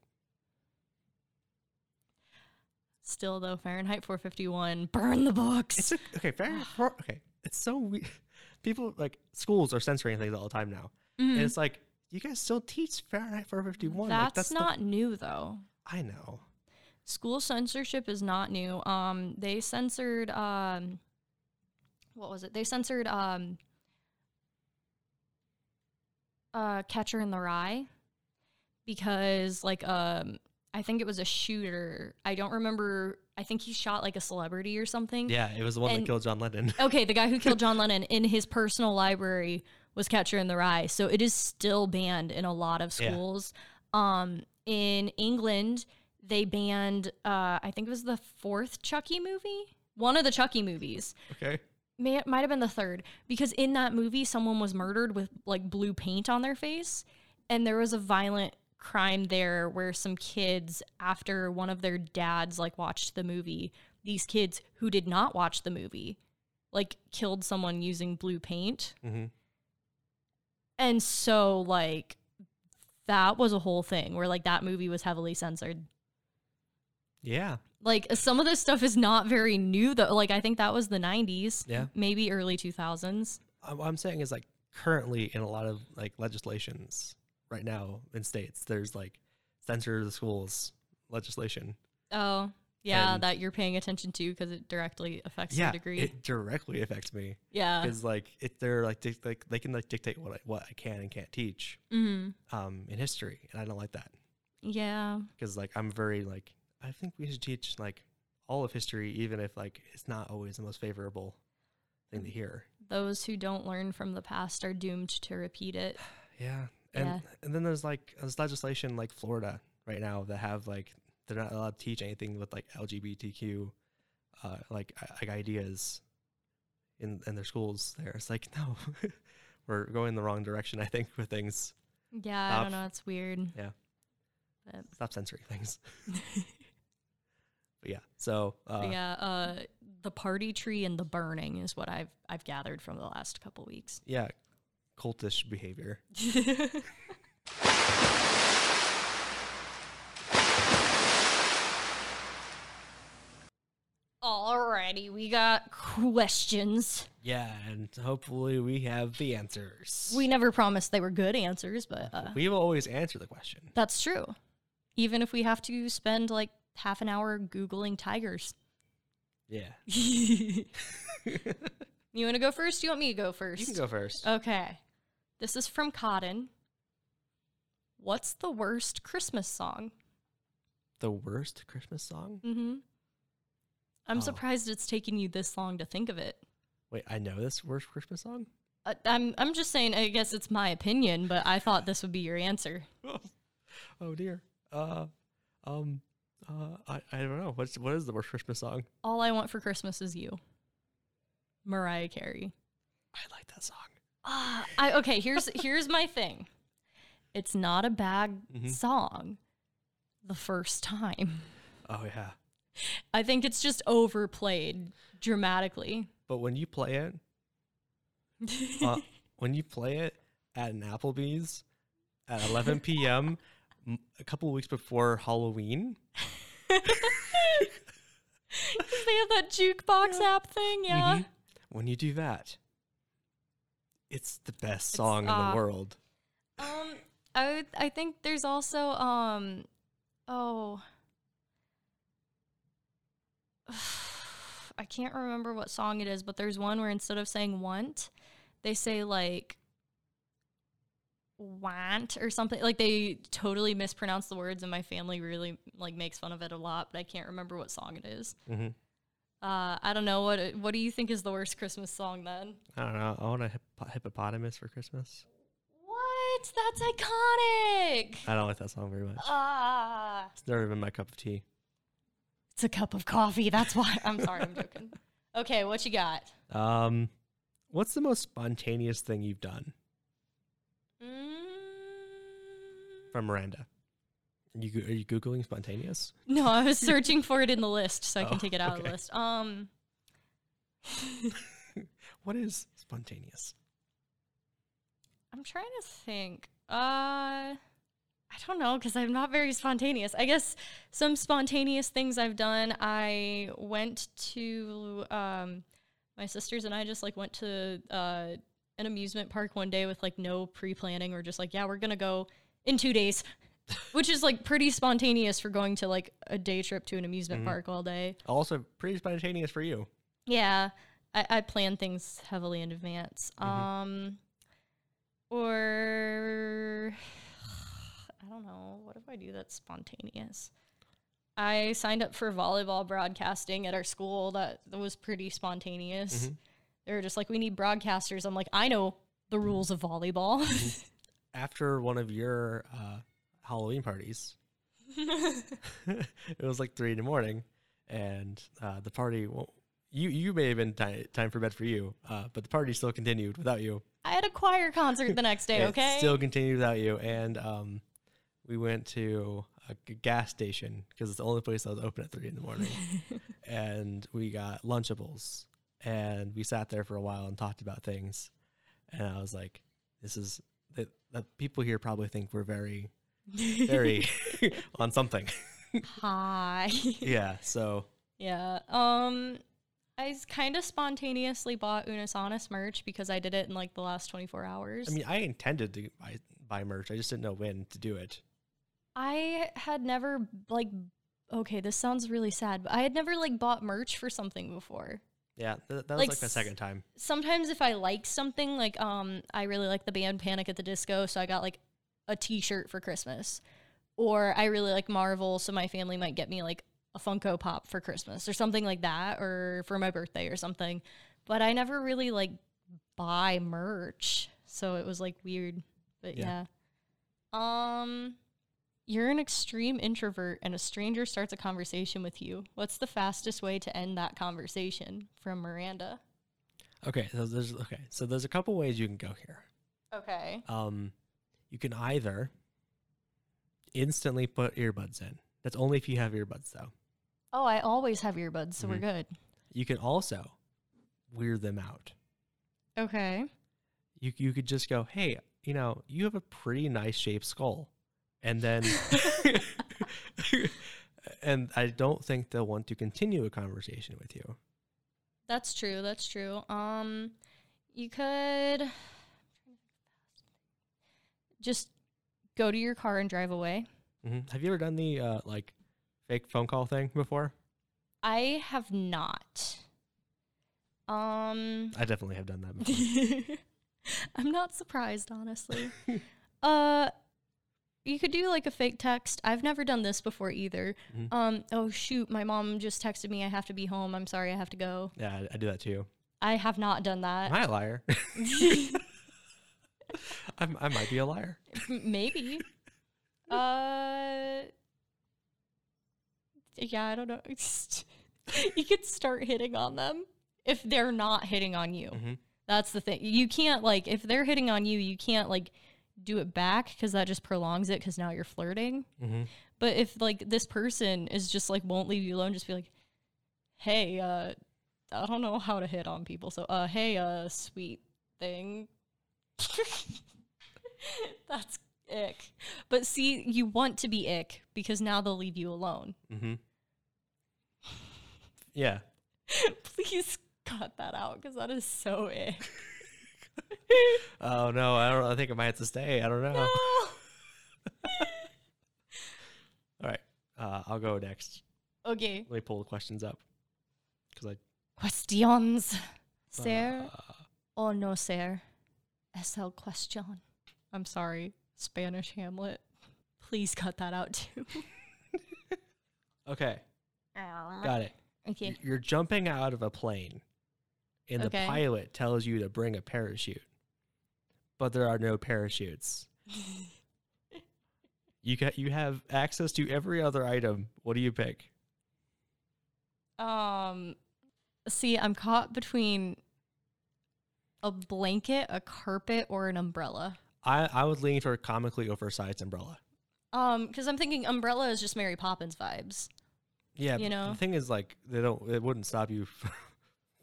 Speaker 2: still, though, Fahrenheit 451, burn the books.
Speaker 1: It's a, okay, fair, fair- okay. It's so we [laughs] people like schools are censoring things all the time now.
Speaker 2: Mhm.
Speaker 1: And it's like you guys still teach Fahrenheit 451.
Speaker 2: that's,
Speaker 1: like, that's the-
Speaker 2: not new, though.
Speaker 1: I know.
Speaker 2: school censorship is not new. Um, they censored um, what was it? They censored um, uh, Catcher in the Rye because like um, I think it was a shooter. I don't remember. I think he shot like a celebrity or something.
Speaker 1: Yeah, it was the one
Speaker 2: And-
Speaker 1: that killed John Lennon.
Speaker 2: Okay, the guy who killed John Lennon in his personal library was Catcher in the Rye. So it is still banned in a lot of
Speaker 1: Yeah.
Speaker 2: schools. Um, in England, they banned, uh, I think it was the fourth Chucky movie, one of the Chucky movies.
Speaker 1: [laughs] Okay.
Speaker 2: May, it might have been the third, because in that movie, someone was murdered with like blue paint on their face. And there was a violent crime there where some kids, after one of their dads like watched the movie, these kids who did not watch the movie like killed someone using blue paint.
Speaker 1: hmm
Speaker 2: And so like that was a whole thing where like that movie was heavily censored.
Speaker 1: Yeah.
Speaker 2: Like some of this stuff is not very new though. Like I think that was the 90s,
Speaker 1: Yeah.
Speaker 2: maybe early 2000s.
Speaker 1: Uh, What I'm saying is like currently in a lot of like legislations right now in states, there's like censor the schools legislation.
Speaker 2: Oh, yeah,
Speaker 1: And-
Speaker 2: that you're paying attention to because it directly affects your degree. Uh.
Speaker 1: it directly affects me.
Speaker 2: yeah.
Speaker 1: because like it, they're like, dic- like they can like dictate what I, what I can and can't teach
Speaker 2: hmm
Speaker 1: um in history and I don't like that
Speaker 2: Yeah.
Speaker 1: because like I'm very like I think we should teach like all of history even if like it's not always the most favorable thing to hear
Speaker 2: Those who don't learn from the past are doomed to repeat it.
Speaker 1: yeah and
Speaker 2: Yeah.
Speaker 1: and then there's like there's legislation like Florida right now that have like they're not allowed to teach anything with like LGBTQ uh like i- like ideas in in their schools there it's like [laughs] no we're going the wrong direction I think with things
Speaker 2: Yeah, I
Speaker 1: Stop.
Speaker 2: don't know. It's weird.
Speaker 1: Yeah.
Speaker 2: But-
Speaker 1: stop censoring
Speaker 2: [laughs]
Speaker 1: things. [laughs] but yeah, so uh,
Speaker 2: but yeah, uh, the party tree and the burning is what I've I've gathered from the last couple weeks. [laughs]
Speaker 1: yeah, cultish behavior.
Speaker 2: Alrighty, we got questions.
Speaker 1: Yeah, and hopefully we have the answers.
Speaker 2: We never promised they were good answers, but uh,
Speaker 1: We've always answered the question.
Speaker 2: that's true. Even if we have to spend like half an hour Googling tigers. [laughs]
Speaker 1: Yeah.
Speaker 2: you
Speaker 1: you
Speaker 2: want to go first? You want me to go first? Uh,
Speaker 1: can go first.
Speaker 2: Okay. This is from Cotton. What's the worst Christmas song?
Speaker 1: the worst Christmas song?
Speaker 2: Mm-hmm. I'm
Speaker 1: Oh.
Speaker 2: surprised it's taken you this long to think of it.
Speaker 1: Wait, I know this worst Christmas song?
Speaker 2: I, I'm I'm just saying. I guess it's my opinion, but I thought this would be your answer.
Speaker 1: oh dear. Uh um uh I, I don't know. What's what is the worst Christmas song?
Speaker 2: All I want for Christmas is you, Mariah Carey.
Speaker 1: I like that song.
Speaker 2: Ah, I, okay, here's here's my thing. It's not a bad
Speaker 1: Mhm.
Speaker 2: song. The first time,
Speaker 1: Oh yeah.
Speaker 2: I think it's just overplayed dramatically. [laughs]
Speaker 1: But when you play it uh, when you play it at an Applebee's at 11 p.m. m- a couple weeks before Halloween,
Speaker 2: They have that jukebox app thing, yeah.
Speaker 1: Mhm. when you do that, it's the best song in
Speaker 2: uh,
Speaker 1: the world.
Speaker 2: Um, I would, I think there's also um, oh, [sighs] I can't remember what song it is, but there's one where instead of saying want, they say like want or something. Like they totally mispronounce the words, and my family really like makes fun of it a lot. But I can't remember what song it is.
Speaker 1: Mm-hmm.
Speaker 2: Uh, I don't know what it- what do you think is the worst Christmas song then?
Speaker 1: I don't know. I want a hippo- hippopotamus for Christmas.
Speaker 2: What? That's iconic.
Speaker 1: I don't like that song very much.
Speaker 2: Uh. Ah.
Speaker 1: It's never been my cup of tea.
Speaker 2: It's a cup of coffee. That's why. [laughs] I'm sorry. I'm joking. Okay, what you got?
Speaker 1: Um, what's the most spontaneous thing you've done
Speaker 2: Mm.
Speaker 1: from Miranda? You go- are you googling spontaneous?
Speaker 2: No, I was searching for it in the list, so I can
Speaker 1: Oh,
Speaker 2: take it out of the
Speaker 1: okay.
Speaker 2: list. Um,
Speaker 1: What is spontaneous?
Speaker 2: I'm trying to think. Uh, I don't know because I'm not very spontaneous. I guess some spontaneous things I've done. I went to um, my sisters and I just like went to uh, an amusement park one day with like no pre planning or just like yeah we're gonna go in two days, [laughs] which is like pretty spontaneous for going to like a day trip to an amusement
Speaker 1: Mhm.
Speaker 2: park all day.
Speaker 1: Also, pretty spontaneous for you.
Speaker 2: Yeah, I, I plan things heavily in advance.
Speaker 1: Mhm.
Speaker 2: Um, or [sighs] I don't know. What if I do that's spontaneous? I signed up for volleyball broadcasting at our school. That, that was pretty spontaneous.
Speaker 1: Mhm.
Speaker 2: They were just like, "We need broadcasters." I'm like, "I know the rules of volleyball."
Speaker 1: Mm-hmm. After one of your uh, Halloween parties, it was like three in the morning, and uh, the party. Well, you you may have been ti- time for bed for you, uh, but the party still continued without you.
Speaker 2: [laughs] I had a choir concert the next day.
Speaker 1: It
Speaker 2: Okay, [laughs]
Speaker 1: still continued without you. And um, we went to a g- gas station because it's the only place that was open at three in the
Speaker 2: [laughs]
Speaker 1: morning. and we got Lunchables, and we sat there for a while and talked about things. And I was like, "This is that the people here probably think we're very,
Speaker 2: [laughs]
Speaker 1: very [laughs] on something."
Speaker 2: hi. [laughs]
Speaker 1: yeah. So
Speaker 2: Yeah. Um I kind of spontaneously bought Unisonus merch because I did it in like the last 24 hours.
Speaker 1: I mean, I intended to buy buy merch. I just didn't know when to do it.
Speaker 2: I had never like okay, this sounds really sad, but I had never like bought merch for something before.
Speaker 1: Yeah, th- that was
Speaker 2: Like
Speaker 1: like, my
Speaker 2: s-
Speaker 1: second time.
Speaker 2: Sometimes if I like something like um I really like the band Panic at the Disco, so I got like a t-shirt for Christmas. Or I really like Marvel, so my family might get me like a Funko Pop for Christmas or something like that or for my birthday or something. But I never really like buy merch. So it was like weird. But yeah.
Speaker 1: Yeah.
Speaker 2: Um you're an extreme introvert and a stranger starts a conversation with you. What's the fastest way to end that conversation? From Miranda.
Speaker 1: Okay, so there's okay, so there's a couple ways you can go here.
Speaker 2: Okay.
Speaker 1: um, you can either instantly put earbuds in. That's only if you have earbuds, though.
Speaker 2: Oh, I always have earbuds, so we're good.
Speaker 1: You can also weird them out.
Speaker 2: Okay. [laughs]
Speaker 1: you you could just go, hey, you know, you have a pretty nice shaped skull, and
Speaker 2: [laughs]
Speaker 1: then, [laughs] and I don't think they'll want to continue a conversation with you.
Speaker 2: That's true. That's true. Um, you could just go to your car and drive away.
Speaker 1: hmm Have you ever done the uh, like fake phone call thing before?
Speaker 2: I have not. Um, [laughs]
Speaker 1: I definitely have done that. Before.
Speaker 2: I'm not surprised, honestly. uh, you could do like a fake text. I've never done this before either.
Speaker 1: Mhm.
Speaker 2: Um, oh shoot, my mom just texted me. I have to be home. I'm sorry. I have to go.
Speaker 1: Yeah, I, I do that too.
Speaker 2: I have not done
Speaker 1: Am
Speaker 2: that.
Speaker 1: I a liar? [laughs] I'm, I might be a liar.
Speaker 2: [laughs] Maybe. Uh. Yeah, I don't know. [laughs] you could start hitting on them if they're not hitting on you.
Speaker 1: Mhm.
Speaker 2: That's the thing. You can't like if they're hitting on you, you can't like do it back because that just prolongs it because now you're flirting.
Speaker 1: Mm-hmm.
Speaker 2: But if like this person is just like won't leave you alone, just be like, hey, uh, I don't know how to hit on people. So, uh, hey, uh, sweet thing. [laughs] That's ick. But see, you want to be ick because now they'll leave you alone. [laughs]
Speaker 1: Mm-hmm. [sighs] Yeah.
Speaker 2: Please cut that out because that is so ick.
Speaker 1: Oh no, I don't. I think I might have to stay. I don't know. All right, uh, I'll go next.
Speaker 2: okay.
Speaker 1: Let me pull the questions up because
Speaker 2: Questions.
Speaker 1: I.
Speaker 2: Sir
Speaker 1: Uh,
Speaker 2: or Oh, no sir? SL question. I'm sorry, Spanish Hamlet. Please cut that out too.
Speaker 1: Uh, okay, got it.
Speaker 2: Uh, Okay.
Speaker 1: [laughs] Y- You're jumping out of a plane, and the
Speaker 2: Okay.
Speaker 1: pilot tells you to bring a parachute, but there are no parachutes. you got you have access to every other item. What do you pick?
Speaker 2: Um see, I'm caught between a blanket, a carpet, or an umbrella.
Speaker 1: I I would lean for a comically oversized umbrella.
Speaker 2: Um, because I'm thinking umbrella is just Mary Poppins vibes.
Speaker 1: Yeah,
Speaker 2: You
Speaker 1: but
Speaker 2: know?
Speaker 1: the thing is, like, they don't. It wouldn't stop you [laughs]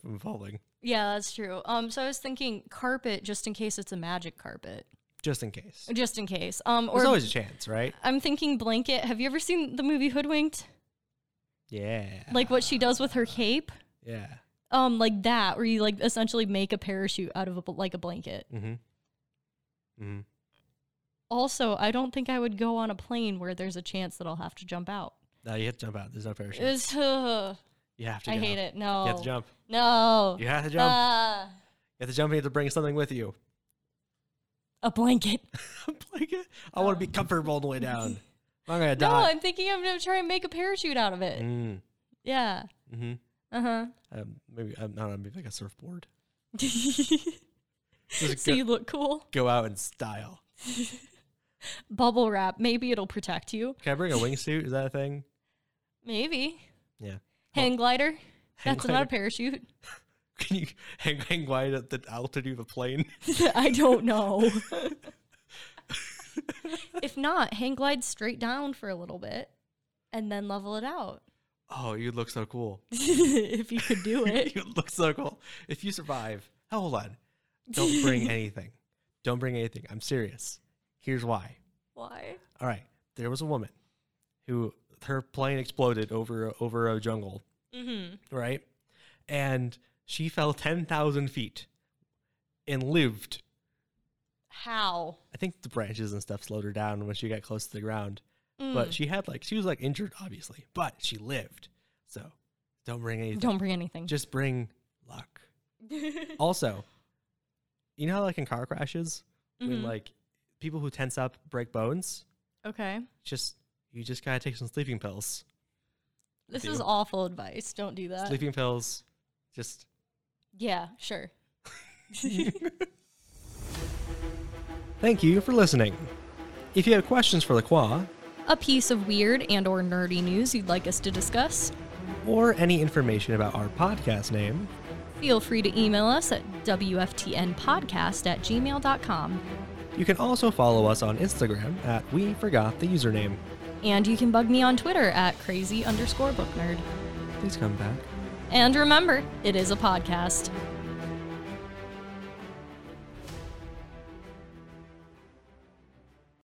Speaker 1: from falling,
Speaker 2: Yeah, that's true. Um, so I was thinking carpet just in case it's a magic carpet.
Speaker 1: just in case.
Speaker 2: Just in case. Um or
Speaker 1: There's always a chance, right?
Speaker 2: I'm thinking blanket. Have you ever seen the movie Hoodwinked?
Speaker 1: Yeah.
Speaker 2: Like what she does with her cape?
Speaker 1: Yeah.
Speaker 2: Um, like that, where you like essentially make a parachute out of a, bl- like a blanket.
Speaker 1: Mm-hmm. Mm-hmm.
Speaker 2: Also, I don't think I would go on a plane where there's a chance that I'll have to jump out.
Speaker 1: No, you have to jump out. There's no parachute.
Speaker 2: It's, ugh,
Speaker 1: you have to.
Speaker 2: I
Speaker 1: jump.
Speaker 2: hate it. No.
Speaker 1: You have to jump.
Speaker 2: No.
Speaker 1: You have to jump.
Speaker 2: Ah,
Speaker 1: you have to jump. You have to bring something with you. [laughs]
Speaker 2: a blanket.
Speaker 1: like, I want to be comfortable all the way
Speaker 2: [laughs]
Speaker 1: down. I'm gonna
Speaker 2: Uh, No,
Speaker 1: die.
Speaker 2: I'm thinking I'm going to try and make a parachute out of it.
Speaker 1: Mm.
Speaker 2: Yeah.
Speaker 1: Mm-hmm. [laughs]
Speaker 2: Uh huh.
Speaker 1: Um, maybe I don't know. Maybe like a surfboard.
Speaker 2: [laughs] so
Speaker 1: Just go,
Speaker 2: you look cool.
Speaker 1: go out in style.
Speaker 2: Bubble wrap. Maybe it'll protect you.
Speaker 1: Can I
Speaker 2: [laughs]
Speaker 1: bring a wingsuit? Is that a thing?
Speaker 2: Maybe.
Speaker 1: Yeah. [laughs]
Speaker 2: Hang glider.
Speaker 1: Hang
Speaker 2: That's not a
Speaker 1: glider.
Speaker 2: parachute.
Speaker 1: Can you hang hang glide at the altitude of a plane? [laughs]
Speaker 2: [laughs] I don't know. if not, hang glide straight down for a little bit and then level it out.
Speaker 1: Oh, you'd look so cool.
Speaker 2: [laughs] if you could
Speaker 1: [laughs]
Speaker 2: do it.
Speaker 1: you'd look so cool. If you survive, oh, hold on. Don't bring anything. Don't bring anything. I'm serious. Here's why.
Speaker 2: [laughs] Why?
Speaker 1: All right. There was a woman who her plane exploded over over a jungle,
Speaker 2: Mm-hmm.
Speaker 1: right? And she fell 10,000 feet and lived.
Speaker 2: How?
Speaker 1: I think the branches and stuff slowed her down when she got close to the ground. But
Speaker 2: Mm.
Speaker 1: she had like she was like injured obviously, but she lived. So, don't bring anything.
Speaker 2: don't bring anything.
Speaker 1: Just bring luck. Also, you know how like in car crashes, when
Speaker 2: Mhm.
Speaker 1: like people who tense up break bones,
Speaker 2: okay.
Speaker 1: just you just gotta take some sleeping pills.
Speaker 2: This
Speaker 1: do.
Speaker 2: is awful advice. Don't do that.
Speaker 1: sleeping pills, just
Speaker 2: Yeah, sure.
Speaker 1: Thank you for listening. If you have questions for the Qua
Speaker 2: A piece of weird and or nerdy news you'd like us to discuss,
Speaker 1: or any information about our podcast name,
Speaker 2: feel free to email us at wftnpodcast at gmail.com.
Speaker 1: you can also follow us on Instagram at We Forgot the Username.
Speaker 2: And you can bug me on Twitter at crazy underscore book nerd.
Speaker 1: Please come back.
Speaker 2: And remember, it is a podcast.